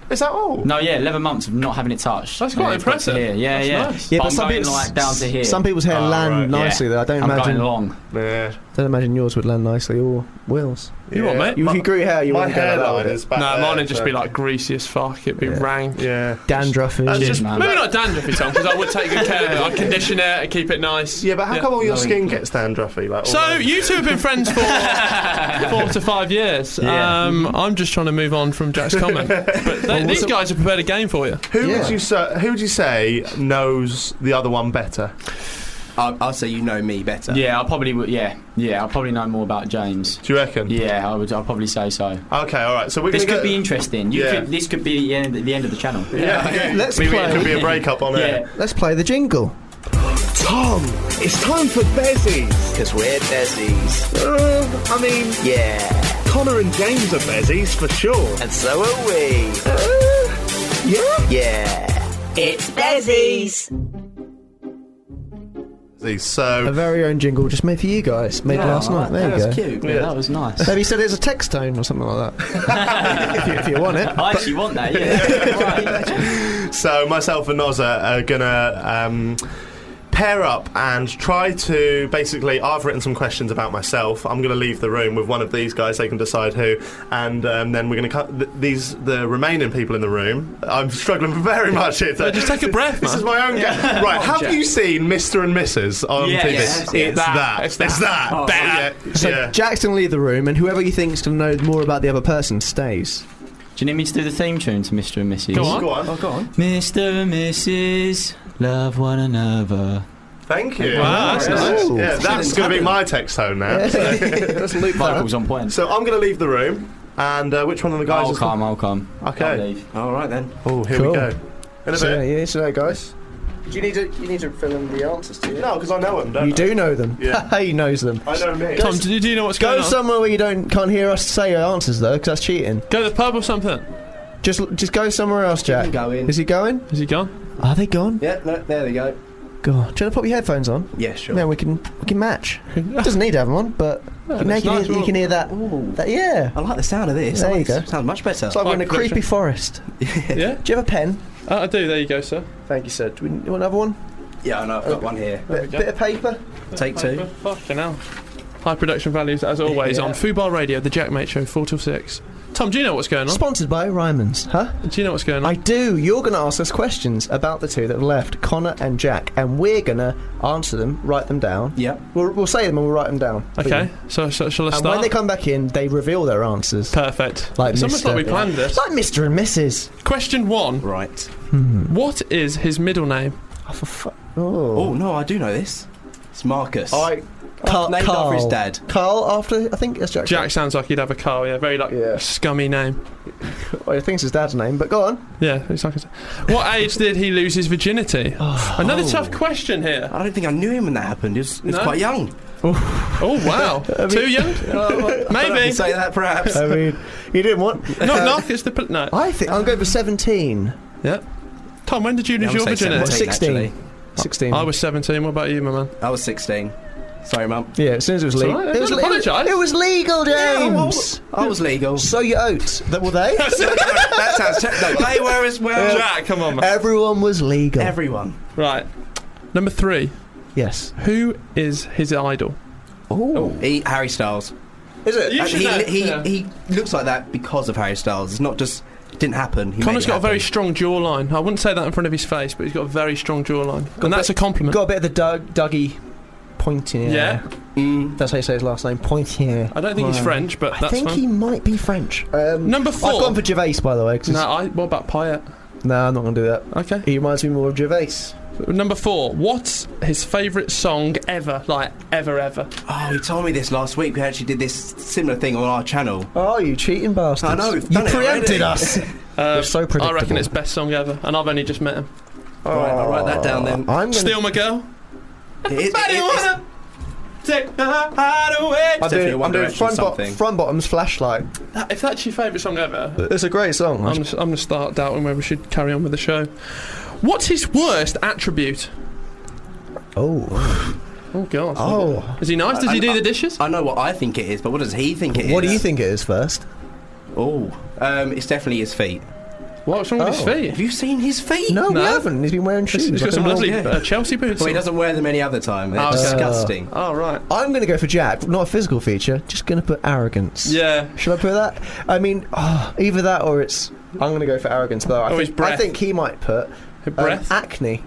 Is that all?
No, yeah, eleven months of not having it touched.
That's quite
Yeah, it's got
impressive.
to here. Yeah,
That's
yeah.
nice.
Yeah, but,
but
I'm
some
going
people's-
like down to here.
Some people's hair
Oh,
land
right,
yeah.
nicely though. I don't
I'm going
imagine.
long.
Yeah.
Don't imagine yours would land nicely or Will's.
You what, mate?
You, if you grew hair, you
My
wouldn't go like that
hairline
with it.
is back
Nah,
there,
mine would just
so-
be like greasy as fuck. It'd be rank.
Yeah.
Dandruff and
That's
shit.
just-
man.
Maybe not dandruffy, Tom, because I would take good care of it. I'd condition it and keep it nice.
Yeah, but how come all your
No,
skin
you-
gets dandruffy? Like, all
So
over?
you two have been friends for four to five years.
Yeah.
Um, I'm just trying to move on from Jack's comment, but they, these guys have prepared a game for you.
who
Yeah.
would you say, who would you say knows the other one better?
I'll, I'll say you know me better.
Yeah, I probably would. Yeah, yeah, I probably know more about James.
Do you reckon?
Yeah, I would. I'll probably say so.
Okay, all right. So we're
This
gonna
could be
go-
interesting. You
Yeah.
could, this could be the end, the end of the channel.
Yeah,
Let's
Maybe it could
play.
be a breakup on
Yeah.
it.
Let's play the jingle.
Tom, it's time for Bezzies. Because we're Bezzies. Uh, I mean, yeah. Connor and James are Bezzies for sure. And so are we. yeah? Yeah. It's Bezzies.
Our
So
very own jingle just made for you guys. Made last night. Oh, There
that
you go.
was cute. Yeah, that was nice.
Maybe said it's a text tone or something like that. if, you, if you want it.
I actually want that. Yeah. Right.
so myself and Nozza are gonna um, pair up and try to basically. I've written some questions about myself. I'm gonna leave the room with one of these guys. They can decide who, and um, then we're gonna cut th- these the remaining people in the room. I'm struggling very much here.
But just take a breath,
This
man.
is my own game. Right, have you seen Mr. and Mrs. on
Yeah,
TV?
yes,
it's,
yes.
that.
It's that.
It's that.
Oh,
that.
So
Yeah.
Jackson leave the room, and whoever he thinks to know more about the other person stays.
Do you need me to do the theme tune to Mr. and Mrs.
Go on.
Go on.
Oh,
Mr. and Mrs. Love one another.
Thank you.
Wow, that's
nice.
Yeah, that's going to be my text tone now.
That's Luke.
Vocals on point.
So I'm going to leave the room. And uh, which one of the guys
I'll
is
Oh, come. I'll come.
Okay.
I'll leave.
All right then.
Oh, here
Cool.
we go. In a
So,
bit.
yeah, so guys. You need to you need to fill in the answers to
No, because I know him, don't
You
I?
do know them.
Yeah.
he knows them.
I know me.
Tom, do you, do you know what's
Go
going on?
somewhere where you don't can't hear us say our answers though, because that's cheating.
Go to the pub or something.
Just just go somewhere else, Jack.
Go in.
Is he going?
Is he gone?
Are they gone?
Yeah, no, there we go.
God, do you want to pop your headphones on?
Yeah, sure.
Then we can we can match. Doesn't need to have them on, but now you, can
nice,
hear, you
well-
can hear that.
Ooh.
that yeah.
I like the sound of this.
There you go.
Sounds much better.
It's like we're in a
Like production.
creepy forest.
Yeah,
Do you have a pen?
uh, I do. There you go, sir.
Thank you, sir. Do we, you want another one?
yeah, I know. I've got one here.
Bit, bit of paper?
Take two.
Fucking hell. High production values as always on Fubar Radio, the Jack Mate Show, four till six. Tom, do you know what's going on?
Sponsored by Ryman's, huh?
Do you know what's going on?
I do. You're going to ask us questions about the two that have left, Connor and Jack, and we're going to answer them, write them down.
Yep.
We'll, we'll say them and we'll write them down.
okay,
Boom.
so, so shall I
And
start?
when they come back in, they reveal their answers.
Perfect.
Like
it's almost
Mr.
like we planned this.
Like Mr. and Mrs.
Question one:
Right.
What is his middle name?
Oh, for fu-
Oh
oh.
no, I do know this. It's Marcus.
I
Carl,
named
Carl.
after his dad.
Carl after I think it's Jack.
Jack sounds like he'd have a car. Yeah, very like scummy name.
Well, Oh, I think it's his dad's name, but go on.
Yeah, it's like. a- What age did he lose his virginity? Another
Oh.
tough question here.
I don't think I knew him when that happened. He was, he was
No?
quite young.
Oh wow, too young. Maybe.
You say that perhaps.
I mean, you didn't want.
Not knock. It's the pl- no.
I think I'll go for seventeen.
Yeah. Tom, when did you lose
I'm
your
gonna say
virginity?
17.
Sixteen.
actually.
Sixteen.
I was 17. What about you, my man?
I was 16. Sorry, mum.
yeah, as soon as it was
all
legal,
right,
it was
don't apologise.
It was legal,
I
James.
was, I was legal.
so your oats. That were they?
that sounds terrible. No, they were as well.
Jack, come on, man.
Everyone was legal.
Everyone.
Right. Number three.
yes.
Who is his idol?
He, Harry Styles.
Is it?
Oh. You
And
should
he,
know,
he,
yeah.
he looks like that because of Harry Styles. It's not just it didn't happen. He
Connor's
made it
got a very
happen.
strong jawline. I wouldn't say that in front of his face, but he's got a very strong jawline, and that's a compliment.
Got a bit of the Doug, Dougie Pointier.
Yeah.
Mm.
That's how you say his last name. Pointier.
I don't think he's
Right.
French, but
I
that's
think
fine.
he might be French. Um,
Number four.
I've gone for Gervais, by the way. 'cause
no, I, what about Payet?
it's- no, I'm not going to do that.
Okay.
He reminds me more of Gervais.
Number four. What's his favourite song ever? Like ever, ever.
Oh, he told me this last week. We actually did this similar thing on our channel.
Oh, you cheating bastards.
I know,
You
we've done it
preempted
already.
us. You're so
Um, I
predictable.
reckon it's best song ever, and I've only just met him.
Right, I'll write that down then.
I'm going
Steal my girl.
It is-
Anybody
it is-
wanna take my heart away?
I'm
Definitely
doing,
One
I'm doing
Direction
front, bo-
something.
front bottom's flashlight.
That- if that's your favourite song ever,
It's a great song.
I'm, I'm going to start doubting whether we should carry on with the show. What's his worst attribute?
oh,
Oh, God.
oh.
Is he nice? Does he do the dishes?
I know what I think it is, but what does he think it is?
What do you think it is first?
Oh, um, it's definitely his feet.
What's wrong with his
Oh.
Have
feet?
you seen his feet?
No, we
No.
haven't. He's been wearing shoes.
He's got
like
some
a normal-
lovely
yeah.
uh, Chelsea boots.
Well, he
on.
doesn't wear them any other time. They're
Oh, okay.
disgusting.
Oh, right.
I'm going to go for Jack. Not a physical feature. Just going to put arrogance.
Yeah.
Should I put that? I mean, oh, either that or it's. I'm going to go for arrogance though. I,
Or his
think,
Oh, breath.
I think he might put um,
breath?
acne.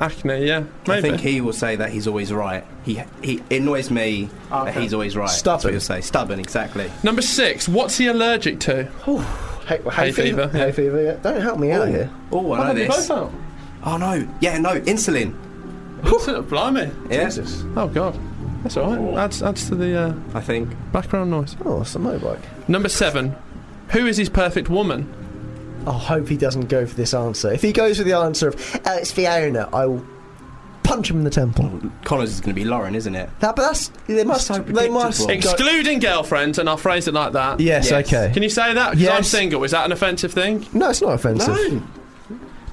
Acne, yeah. Maybe.
I think he will say that he's always right. He he it annoys me that he's always right. That's what
Stubborn.
he'll say. Stubborn, exactly.
Number six. What's he allergic to?
Hay,
Hay fever, yeah.
Hay fever. Yeah. Don't help me out here.
Oh, I know this.
out.
Oh no, yeah, no, insulin.
Blimey.
Yeah,
Jesus.
Oh, God. That's all right. Adds, adds to the uh,
I think.
background noise.
Oh, it's a motorbike.
Number seven. Who is his perfect woman?
I hope he doesn't go for this answer. If he goes for the answer of "Oh, it's Fiona," I will punch him in the temple.
Connors is going to be Lauren, isn't it?
That, but that's they must.
so
they must.
predictable.
go-
Excluding girlfriends, and I'll phrase it like that.
yes,
Yes.
Okay.
Can you say that? Because I'm
Yes.
single. Is that an offensive thing?
No, it's not offensive.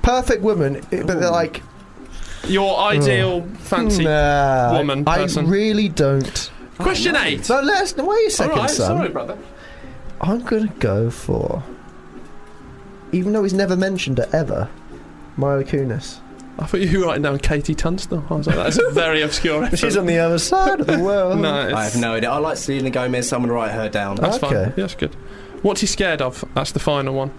Perfect woman, it- but they're like
Your ideal
Hmm.
fancy.
nah,
woman,
I
person.
really don't.
Question eight.
So let us. Wait a second,
all right,
son.
sorry, brother.
I'm gonna go for. Even though he's never mentioned it ever, Milo Kunis.
I thought you were writing down Katie Tunstall. I was like, that's very obscure.
She's
reference.
on the other side of the world.
No,
I have
it's-
no idea. I like Selena Gomez. Someone write her down.
That's fine.
Okay.
Yeah, that's good. What's he scared of? That's the final one.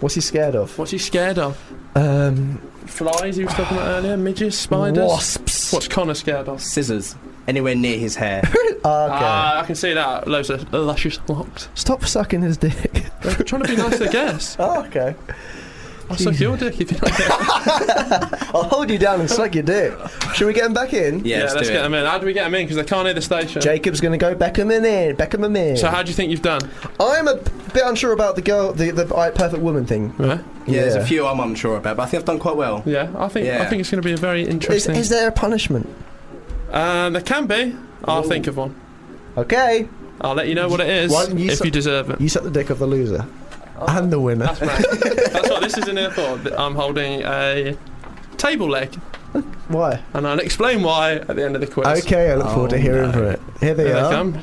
What's he scared of?
What's he scared of?
Um,
Flies he was talking about earlier, midges, spiders.
Wasps.
What's Connor scared of?
Scissors anywhere near his hair.
okay.
Ah, I can see that. Loads of luscious locks.
Stop sucking his dick.
I'm trying to be nice to guess.
Oh, okay.
I'll suck your dick if you don't get
I'll hold you down and suck your dick. Should we get him back in?
Yeah,
Yeah,
let's,
let's
do
get
it.
them in. How do we get them in? Because they can't hear the station.
Jacob's gonna go Beckham him in. Beckham him in.
So how do you think you've done?
I'm a bit unsure about the girl, the the uh, perfect woman thing.
Yeah,
Yeah, there's a few I'm unsure about, but I think I've done quite well.
yeah. I think I
Yeah.
think it's going to be a very
Is,
interesting.
is there a punishment?
um, there can be. I'll think of one.
Okay.
I'll let you know what it is
Why don't you
if
su-
you deserve it.
You suck the dick of the loser and the winner.
That's right. That's what this is an earthboard. I'm holding a table leg,
Why?
and I'll explain why at the end of the quiz.
Okay, I look forward to hearing from it. Here they
Here they
are.
come.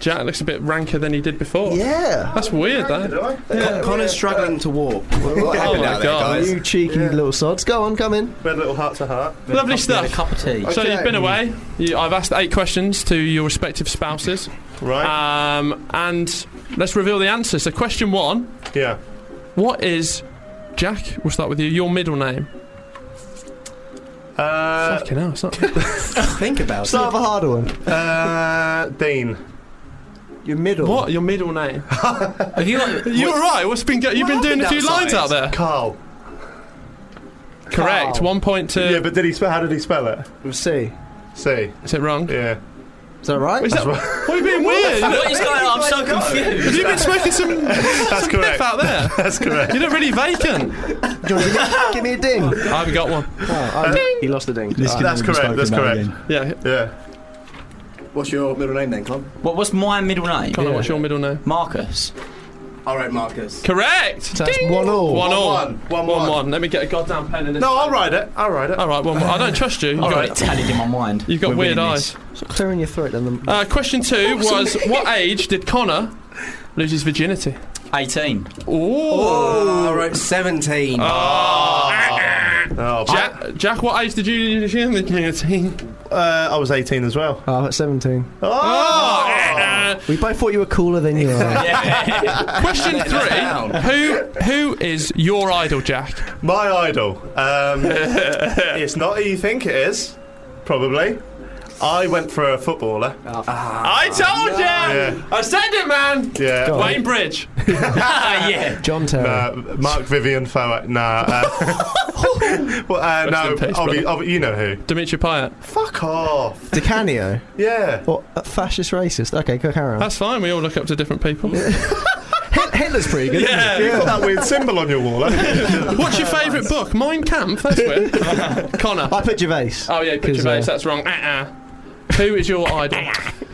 Jack looks a bit ranker than he did before.
Yeah.
That's weird, though.
Connor's struggling to walk. What, what happened
my
out there,
God.
guys?
You cheeky little sods. Go on, come in.
We had a little heart to heart.
Lovely stuff.
Cup of tea.
So
Okay.
you've been away. You, I've asked eight questions to your respective spouses,
Right?
um, and let's reveal the answer. So question one:
yeah.
What is Jack? We'll start with you. Your middle name.
Uh,
Fucking hell, it's not.
Think about
Start with a harder one.
uh, Dean.
Your middle.
what? Your middle name?
Have you got
You're right. What's been? Go- you've been
What
doing a few
happened
lines out
outside?
there.
Carl.
Correct. One point two.
yeah, but did he spell? How did he spell it?
Let's see.
C.
Is it wrong?
Yeah.
Is that right?
Is that, what are you being weird?
What is going on? I'm so confused.
Have you been smoking some,
That's
some
correct.
piff out there?
That's correct.
You look really vacant.
Do you want to give, me, give me a ding.
I haven't got one.
Oh, he lost the ding.
This can
That's
all be
correct.
spoken
That's
about
correct.
again.
Yeah.
Yeah.
What's your middle name then, Club?
What, what's my middle name?
Connor, what's your middle name?
Marcus.
All right, Marcus.
Correct.
That's one all.
One all.
One, one,
one,
one.
one. Let me get a goddamn pen in this.
No, I'll write it. I'll write it.
All right, one more. I don't trust you. You've
All
got,
right, it tallied in my mind.
You've got
We're
weird
winning
eyes.
this. Oh,
Clearing your throat and then
Uh, question two was What age did Connor lose his virginity?
18.
Ooh.
All right, 17.
Oh,
Ah.
Jack, Jack, what age did you lose your virginity?
I, uh, I was 18 as well.
Oh, I'm at 17.
Oh. eh,
We both thought you were cooler than you are.
eh. Question three Who Who is your idol, Jack?
My idol. Um, it's not who you think it is, probably. I went for a footballer.
Oh. I told you! I said it, man!
Yeah.
Wayne Bridge.
Ah, yeah.
John Terry.
Uh, Mark Vivian Fowa. Nah. Uh, well, uh, no,
in peace,
obvi-
brother.
obvi- you know who.
Dimitri Payet.
Fuck off.
DiCanio.
Yeah.
Or uh, fascist racist. Okay, go carry on.
That's fine, we all look up to different people.
Hit- Hitler's pretty good. isn't
Yeah.
You got that weird symbol on your wall. haven't you?
What's your favourite book? Mein Kampf, that's weird. Connor.
he? I put Gervais.
Oh, yeah, picture
'Cause, uh,
base, that's wrong. Uh-uh. Who is your idol?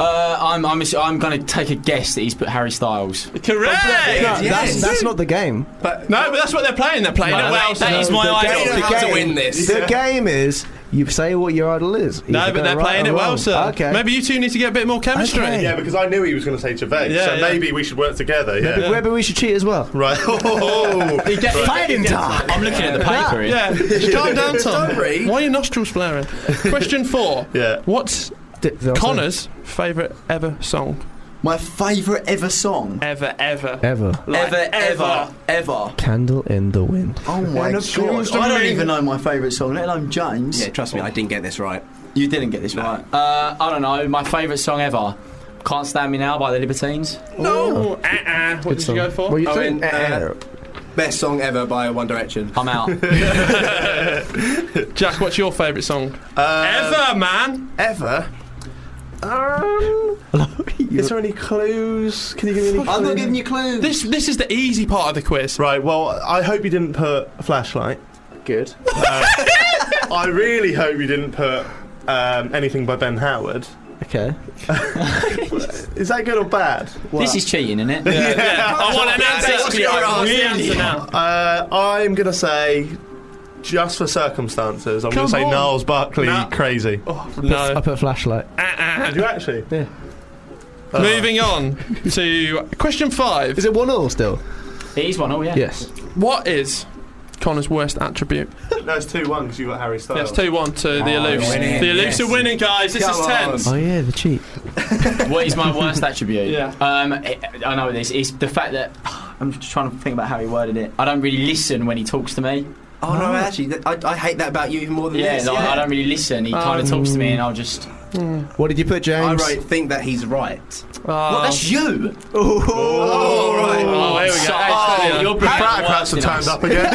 Uh, I'm, I'm, ass- I'm going to take a guess that he's put Harry Styles.
Correct!
No, that's, that's not the game.
No, but that's what they're playing. They're playing
No,
it well.
that- that
so-
is my idol.
game- How to win this.
The game is you say what your idol is.
No,
Either
but
go
they're
right
playing
or
it well,
wrong.
sir.
Okay.
Maybe you two need to get a bit more chemistry.
Okay.
yeah, because I knew he was going to say Gervais,
Yeah,
so
yeah.
maybe we should work together. Yeah.
uh,
But Maybe we should cheat as well.
Right. Oh.
Fighting time.
I'm looking at the paper here.
Yeah, just calm down, Tom.
Don't read.
Why are your nostrils flaring? Question four.
Yeah.
What's Connor's favourite ever song?
My favourite ever song.
Ever, ever.
Ever.
Like,
ever, ever, ever.
Candle in the wind.
Oh my
of course,
god! I don't
amazing.
even know my favourite song, let alone James.
Yeah, trust me, I didn't get this right.
You didn't get this right.
Uh, I don't know. My favourite song ever. Can't Stand Me Now by the Libertines.
No. Uh-uh. What did you go for?
What you
Owen,
think?
uh, best song ever by One Direction.
I'm out.
Jack, what's your favourite song?
Uh,
ever, man.
Ever. Um, is there any clues? Can you give me any
I'm
clues?
not giving you clues.
This this is the easy part of the quiz.
Right, well, I hope you didn't put flashlight. Uh,
Good.
I really hope you didn't put um, anything by Ben Howard.
Okay.
Is that good or bad?
this is cheating, isn't it?
Yeah, I want an answer.
That's
What's your
your
answer?
answer.
now?
Uh, I'm going to say, just for circumstances, I'm going
Come
to say
on.
Niles Barkley
Nah.
crazy.
I
No.
put flashlight.
Did you actually?
Yeah.
Uh,
Moving on to question five.
Is it one all still?
It is one, oh yeah.
Yes.
What is Connor's worst attribute?
No, it's 2 1 because you got Harry Styles.
That's 2 1 to the Aloofs.
winning,
The Aloofs
yes.
are winning, guys. This
Come
is
on.
tense.
Oh yeah, the cheat.
What is my worst attribute?
Yeah.
Um, I I know this. It's the fact that I'm just trying to think about how he worded it. I don't really listen when he talks to me.
Oh, no, actually, th- I, I hate that about you even more than
Yeah,
this.
like, I don't really listen. He kind of talks to me, and I'll just.
What did you put,
I
James?
right, think that he's right.
Oh.
you. Oh, right.
Oh, here we go. Hey,
Oh,
steady on.
you're prepared
Brad Crouch have
worse than us.
turned up again.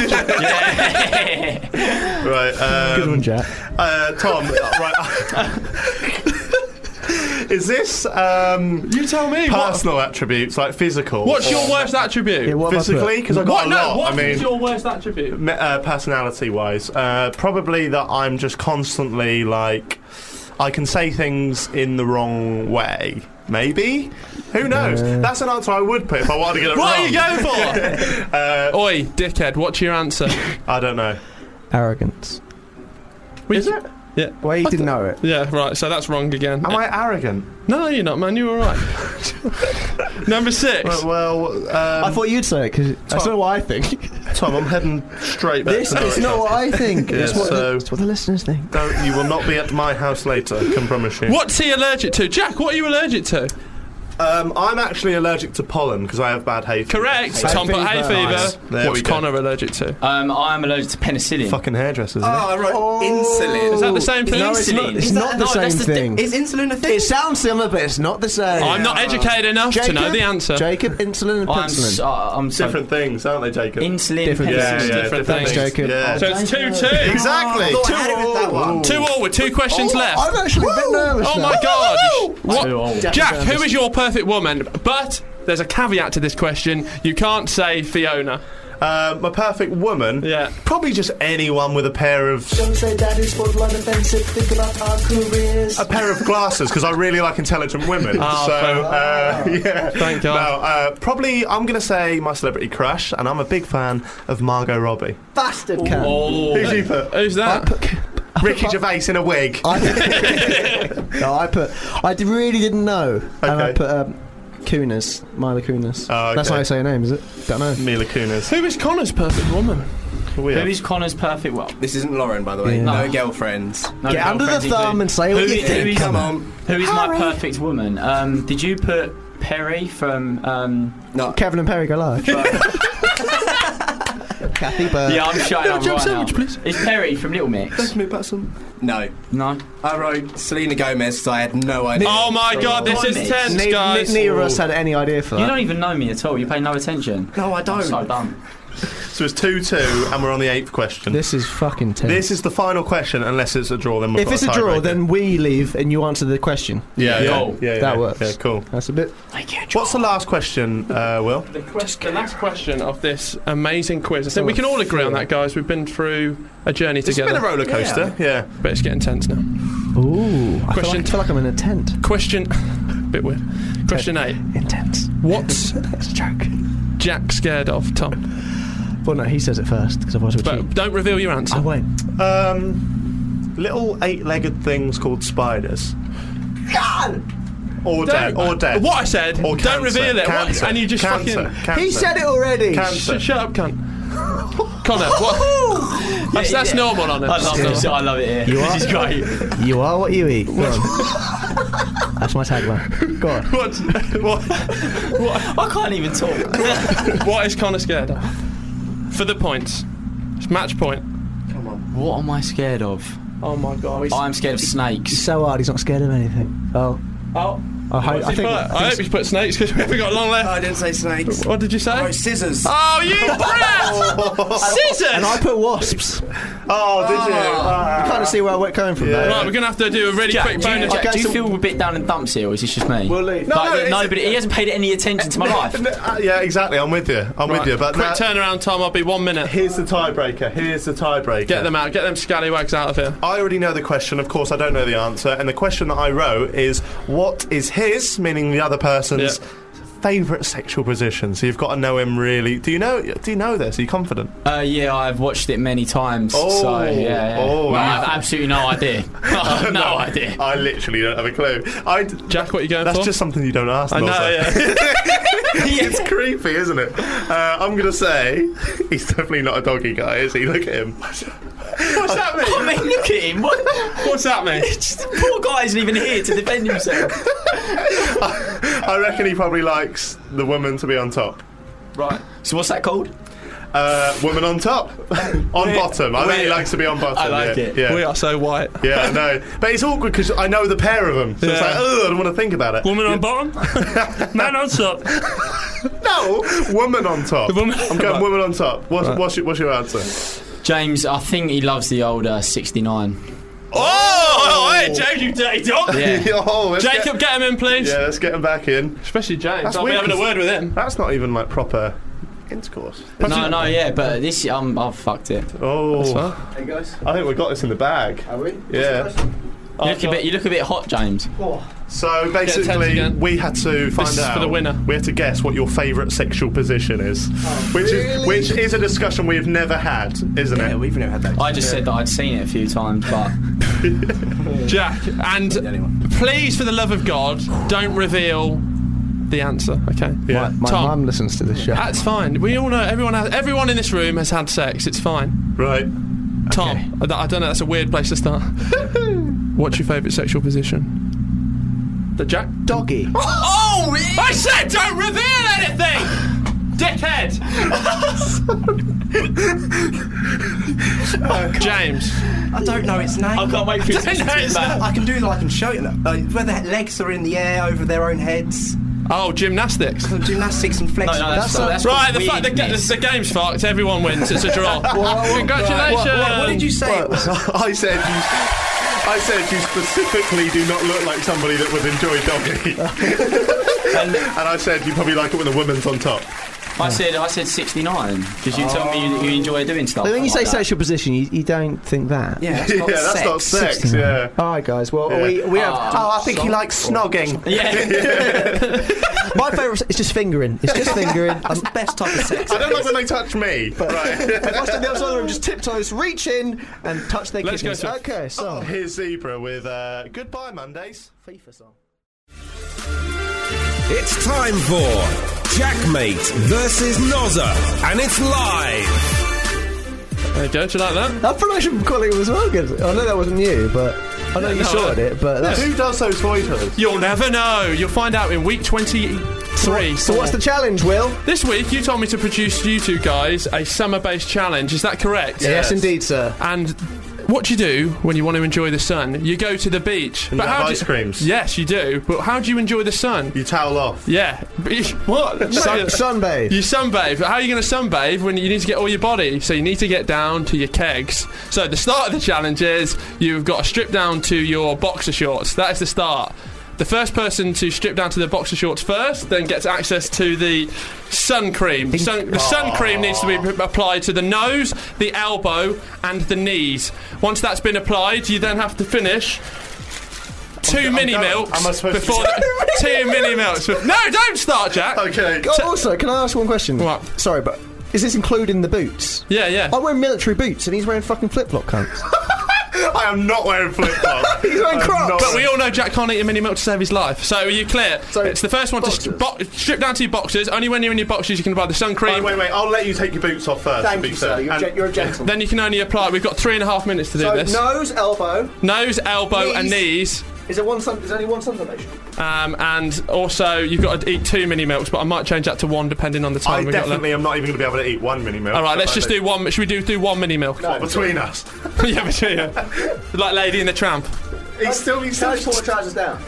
Yeah.
right. Um,
Good one, Jack.
Uh, Tom, right. uh, Is this um,
You tell me. What,
personal attributes like physical?
what's
or
your worst attribute?
Yeah, what have I put?
physically? Because I got
what?
Oh. a
No,
lot.
what
I mean,
is your worst attribute?
me- uh, personality-wise, uh, probably that I'm just constantly like I can say things in the wrong way. Maybe. Who knows? That's an answer I would put if I wanted to get it
What are
wrong.
you going for? Oi, dickhead, what's your answer?
I don't know.
Arrogance.
Is it? Yeah.
Well, you didn't know it.
Yeah, right, so that's wrong again.
Am I arrogant?
No, you're not, man, you're alright. Number six.
Well, well um,
I thought you'd say it because that's not what I think.
Tom, I'm heading straight back.
This
to
is
Norwich.
not what I think.
Yeah,
it's, what
so-
the, it's what the listeners think.
Don't, you will not be at my house later. Can promise you.
What's he allergic to? Jack, what are you allergic to?
Um, I'm actually allergic to pollen because I have bad hay fever.
Correct. Tom put hay fever.
Nice. There
What's
we go.
Connor allergic to?
Um, I'm allergic to penicillin.
Fucking hairdressers. isn't it?
Oh, right. Insulin.
Is that the same thing?
No, it's not, it's
Is
not
that-
the
no,
same
that's the thi-
thing.
Is insulin a thing?
it sounds similar, but it's not the same.
I'm not educated enough to know the answer.
Jacob, insulin and
I'm,
penicillin.
so, I'm so
Different things, aren't they, Jacob?
insulin.
Different-
penicillin.
yeah, yeah,
different
different
things.
Jacob.
Yeah.
So it's two two.
exactly.
Oh, I
Two
thought I had it with that
all.
one.
Two all with two questions left.
Oh, I'm actually a bit nervous.
Oh
now.
my god! You sh- What?
Too old.
Jack, who is your perfect woman? But there's a caveat to this question. You can't say Fiona.
Uh, my perfect woman.
Yeah.
Probably just anyone with a pair of
Don't say daddy's for blood offensive. Think about our careers.
a pair of glasses because I really like intelligent women.
Ah,
so uh,
fair.
yeah,
Thank God.
No, uh, probably I'm gonna say my celebrity crush, and I'm a big fan of Margot Robbie.
bastard can.
Who's you put?
Who's that?
Ricky Gervais in a wig.
I, no, I put. I d- really didn't know, and I
Okay.
put um, Kunis, Mila Kunis.
Oh, okay.
That's how you say her name, is it? Don't know.
Mila Kunis.
Who is Connor's perfect woman?
Who is Connor's perfect? Well,
This isn't Lauren, by the way.
Yeah.
No girlfriends. Um,
no
Get under the
girlfriends
thumb
included.
and say what
Who-
you
who
think.
is-
Come on.
Who is my perfect woman? Um, did you put Perry from? Um,
No.
Kevin and Perry go live. Kathy Burke.
yeah, I'm shouting out
jam
right
sandwich,
now.
please.
Is Perry from Little Mix?
No.
no.
I wrote Selena Gomez because I had no idea.
Oh my god, this is
Blimey.
tense,
Ne- ne-
guys.
Neither of us had any idea for
You
that.
don't even know me at all. You pay no attention.
No, I
I'm
don't.
so dumb.
So it's two two, and we're on the eighth question. This,
This is fucking tense.
is the final question, unless it's a draw. Then we've
if
got
it's
a
a draw,
tiebreaker.
then we leave and you answer the question.
yeah, yeah,
Goal.
yeah, yeah,
That
yeah.
works.
Yeah, cool.
That's a bit.
What's the last question, uh, Will?
The, quest- the last question of this amazing quiz. I think we can all agree on that, guys. We've been through a journey
It's
together.
been a roller coaster. Yeah.
but it's getting tense now.
Ooh. I feel,
Question-
like, I feel like I'm in a tent.
Question. bit weird. Question eight.
Intense.
What's
That's a joke.
Jack scared of, Tom?
Well, no, he says it first because otherwise we're
But don't reveal your answer.
I won't.
Um, little eight-legged things called spiders. Or dead. Or dead.
What I said.
Or
don't
cancer.
reveal it. What-
Cancer.
and you just
Cancer.
fucking.
Cancer.
He said it already.
Cancer.
Sh- shut up, cunt. Connor, what? that's that's normal on it.
I love this. Oh, I love it here. This is great.
You are what you eat. Go on. That's my tagline. Go on.
What, what,
I can't even talk.
what is Connor scared of? For the points. It's match point.
What am I scared of?
Oh my god.
I'm scared of
He's
snakes.
so hard. He's not scared of anything. Oh,
Oh,
I hope.
what's
I
he
think.
put? I hope he's put snakes because we haven't got long
I
left.
didn't say snakes.
What did you
I
say?
wrote scissors.
Oh, you brat!
and I
Scissors!
put wasps. You
Oh, did you? Ah.
kind of see where we're coming from there.
Right, we're gonna have to do a really quick
do, you,
bonus.
Okay,
do you
so-
feel a bit down in dumps here, or is this just me?
We'll leave.
No,
No, no,
no,
it's-
but he hasn't paid any attention to my life.
N- uh, yeah, exactly. I'm with you. I'm with you. But
quick
now-
turnaround time. I'll be one minute.
here's the tiebreaker. Here's the tiebreaker.
Get them out. Get them scallywags out of here.
I already know the question. Of course, I don't know the answer. And the question that I wrote is, "What is his?" Meaning the other person's. Favorite sexual position, so you've got to know him really. Do you know? Do you know this? Are you confident?
Uh, yeah, I've watched it many times.
Oh,
so, yeah. yeah.
oh,
No, I have
wow.
absolutely no idea. I have no idea.
I literally don't have a clue. I. d-
Jack, what are you going
That's
for?
just something you don't ask.
I know.
Melzer.
Yeah.
it's creepy, isn't it? Uh, I'm gonna say he's definitely not a doggy guy, is he? Look at him.
What's that
I mean, look at him. What?
What's that mean?
Just, the poor guy isn't even here to defend himself.
I reckon he probably likes the woman to be on top.
Right. So what's that called?
Uh, woman on top, on bottom. I think he
wait.
likes to be on bottom. I
like
yeah.
it.
Yeah.
We are so white.
yeah, I know. But it's awkward because I know the pair of them. So it's
Yeah.
like, oh, I don't want to think about it.
Woman on bottom, man on top.
no, woman on top.
Woman-
I'm going
Right.
woman on top. What's, what's, your, what's your answer?
James, I think he loves the old uh, 69.
Oh, hey, James, you dirty dog.
Yeah.
Oh, let's get-
Jacob, get him in, please.
yeah, let's get him back in.
Especially James.
That's
I'll be
weird,
having a
'cause-
word with him.
That's not even like proper intercourse.
no, no, yeah, but this, um, I've fucked it.
Oh,
Huh?
Hey guys.
I think we got this in the bag.
Are we?
Yeah.
You look, a bit, you look a bit hot, James.
So
tense
basically,
again.
we had to find
is for
out
the winner.
We had to guess what your favourite sexual position is,
Oh,
which is which is a discussion we've never had, isn't
Yeah,
it?
we've never had that.
I just said that I'd seen it a few times, but
Jack, and please, for the love of God, don't reveal the answer. Okay.
Yeah.
My
Tom.
mum listens to this show.
That's fine. We all know everyone. Has, everyone in this room has had sex. It's fine.
Right.
Tom, Oh. I, I don't know. That's a weird place to start. What's your favourite sexual position? The Jack.
Doggy.
Oh Oh, I said don't reveal anything! Dickhead! James.
I don't know its name.
I can't wait for you to
I don't
listen
know
to it
its
back.
name. I can do that. I can show you that. Like, where their legs are in the air over their own heads.
Oh, gymnastics.
Gymnastics and flexibility.
right. The, fact the, the, the game's fucked. Everyone wins. It's a draw. Congratulations.
I said you. I said you specifically do not look like somebody that would enjoy doggy. and, I said you probably like it when a woman's on top.
I said I said 69 because you told me you, you enjoy doing stuff.
But when you say
like that.
sexual position, you, you don't think that.
Yeah, that's not Yeah, that's sex. not sex,
69.
yeah.
All right, guys. Well,
Yeah.
we, we have.
Oh, I think he likes snogging.
My favourite is just fingering. It's just fingering. That's the
best type of sex.
I don't like when they touch me.
If I stand outside the room, just tiptoes, reach in, and touch their
Let's go.
kidneys.
To
okay, so.
Oh, here's Zebra with uh, "Goodbye Mondays"
FIFA song.
It's time for Jackmate versus Nozza, and it's live.
Hey, don't you like that?
That production quality was well good. I know that wasn't you, but I know
Yeah,
you
no,
sorted
I-
it. But that's,
Who does those voices?
You'll never know. You'll find out in week 23.
so what's the challenge, Will?
This week, you told me to produce you two guys a summer based challenge. Is that correct?
Yes, indeed, sir.
And what do you do when you want to enjoy the sun? You go to the beach.
And you have
do
ice
you-
creams.
Yes, you do. But how do you enjoy the sun?
You towel off.
Yeah. But you- what?
Sun, sunbathe.
You sunbathe, but how are you going to sunbathe when you need to get all your body? So you need to get down to your kegs. So the start of the challenge is you've got to strip down to your boxer shorts. That is the start. The first person to strip down to their boxer shorts first then gets access to the sun cream. Sun, the sun cream needs to be p- applied to the nose, the elbow, and the knees. Once that's been applied, you then have to finish 2
I'm
mini
going.
milks
Am I supposed to-
before the- two mini milks. No, don't start, Jack.
Okay.
Oh, also, can I ask one question?
What?
Sorry, but is this including the boots?
Yeah, yeah.
I'm wearing military boots, and he's wearing fucking flip flop cunts.
I am not wearing flip flops.
He's wearing Crocs.
But we all know Jack can't eat a mini milk to save his life. So are you clear? it's the first one to st- bo- strip down to your boxers. Only when you're in your boxers you can apply the sun cream.
Wait, wait, wait. I'll let you take your boots off first. to
Thank
be
you,
fair.
sir. You're, a
And-
gen- you're a gentleman.
Then you can only apply. We've got three and a half minutes to do
So
this.
nose, elbow.
Nose, elbow, and knees.
Is there one sun? Is there only one sun foundation?
Um, and also you've got to eat two mini milks. But I might change that to one depending on the time
I
we got left.
definitely am not even going to be able to eat one mini milk.
All right, let's just do one. Should we do do one mini milk?
What, between us.
yeah, between you. like Lady in the Tramp.
He's still. He's
Can
still
I just pull the trousers down?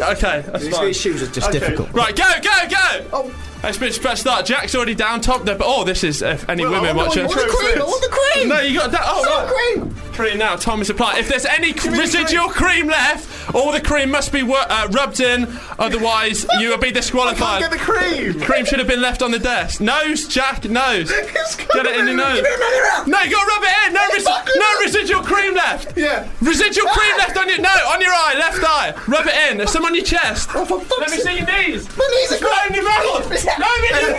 Okay, that's
These,
fine.
these shoes are just
Okay.
difficult.
Right, go, go, go!
Oh.
It's been press start. Jack's already down top there, but oh, this is if any
Well, I
women
wonder
watching.
what you chose this.
cream.
No, you got that. Oh,
Sun
right.
cream.
Cream now, time is applied. If there's any cr- residual cream left, all the cream must be wor- uh, rubbed in, otherwise you will be disqualified.
Get the cream.
cream should have been left on the desk. Nose, Jack, nose. Get it in your nose. No, you gotta rub it in. No, res- no residual cream left.
Yeah. Ah!
Residual cream left on your no, on your eye, left eye. Rub it in. There's some on your chest. Let me see your knees. My knees are got in your mouth. No, mini-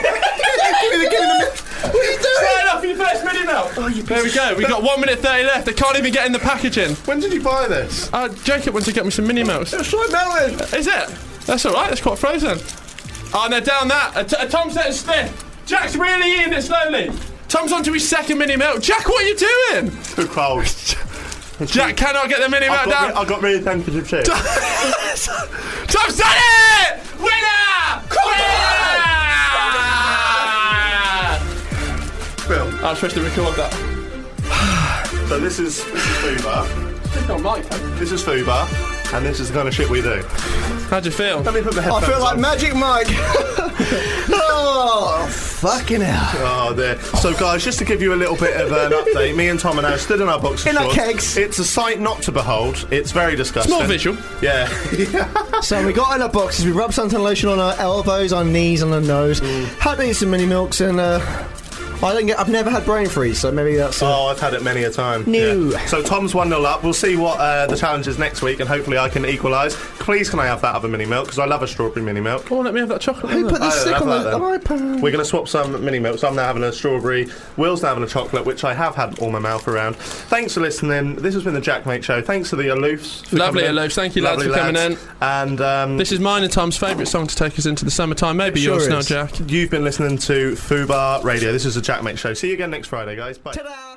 Sign off your first mini milk.
Oh,
there we go. We got one minute thirty left. They can't even get in the packaging.
When did you buy this?
Uh, Jacob wants to get me some mini milks.
It's like melon.
Is it? That's all right. That's quite frozen. Oh, no, down that. Uh, t- uh, Tom's letting sniff. Jack's really eating it slowly. Tom's onto his second mini milk. Jack, what are you doing?
Too cold.
Jack cannot get the mini milk
I got,
down.
re- I got really sensitive too.
Tom's done it! Winner! Winner!
Film.
I was supposed to record that.
So this is this is Fubar. This is Fubar, and this is the kind of shit we do.
How do you feel?
Let me put my
I
headphones
feel like
on.
Magic Mike. oh, fucking hell.
Oh dear. So guys, just to give you a little bit of an update, me and Tom are now stood in our box
In our kegs.
It's a sight not to behold. It's very disgusting.
Small visual.
Yeah.
So we got in our boxes, we rubbed suntan lotion on our elbows, our knees, on our nose. Had to eat some mini milks, and uh, I don't get. I've never had brain freeze, so maybe that's. Uh,
oh, I've had it many a time.
No.
Yeah. So Tom's one 0 up. We'll see what uh, the challenge is next week, and hopefully I can equalise. Please, can I have that other mini milk? Because I love a strawberry mini milk.
Oh, let me have that chocolate.
Who put
I
the
don't
stick
have
on
that
the
then.
iPad?
We're going to swap some mini milks. I'm now having a strawberry. Will's now having a chocolate, which I have had all my mouth around. Thanks for listening. This has been the Jackmate Show. Thanks to the Aloofs. For
Lovely
coming in.
Aloofs. Thank you, lads, for coming
And um,
This is mine and Tom's favourite song to take us into the summertime. Maybe
Sure
yours now,
is.
Jack.
you've been listening to Fubar Radio. This is the Jackmate Show. See you again next Friday, guys. Bye.
Ta-da!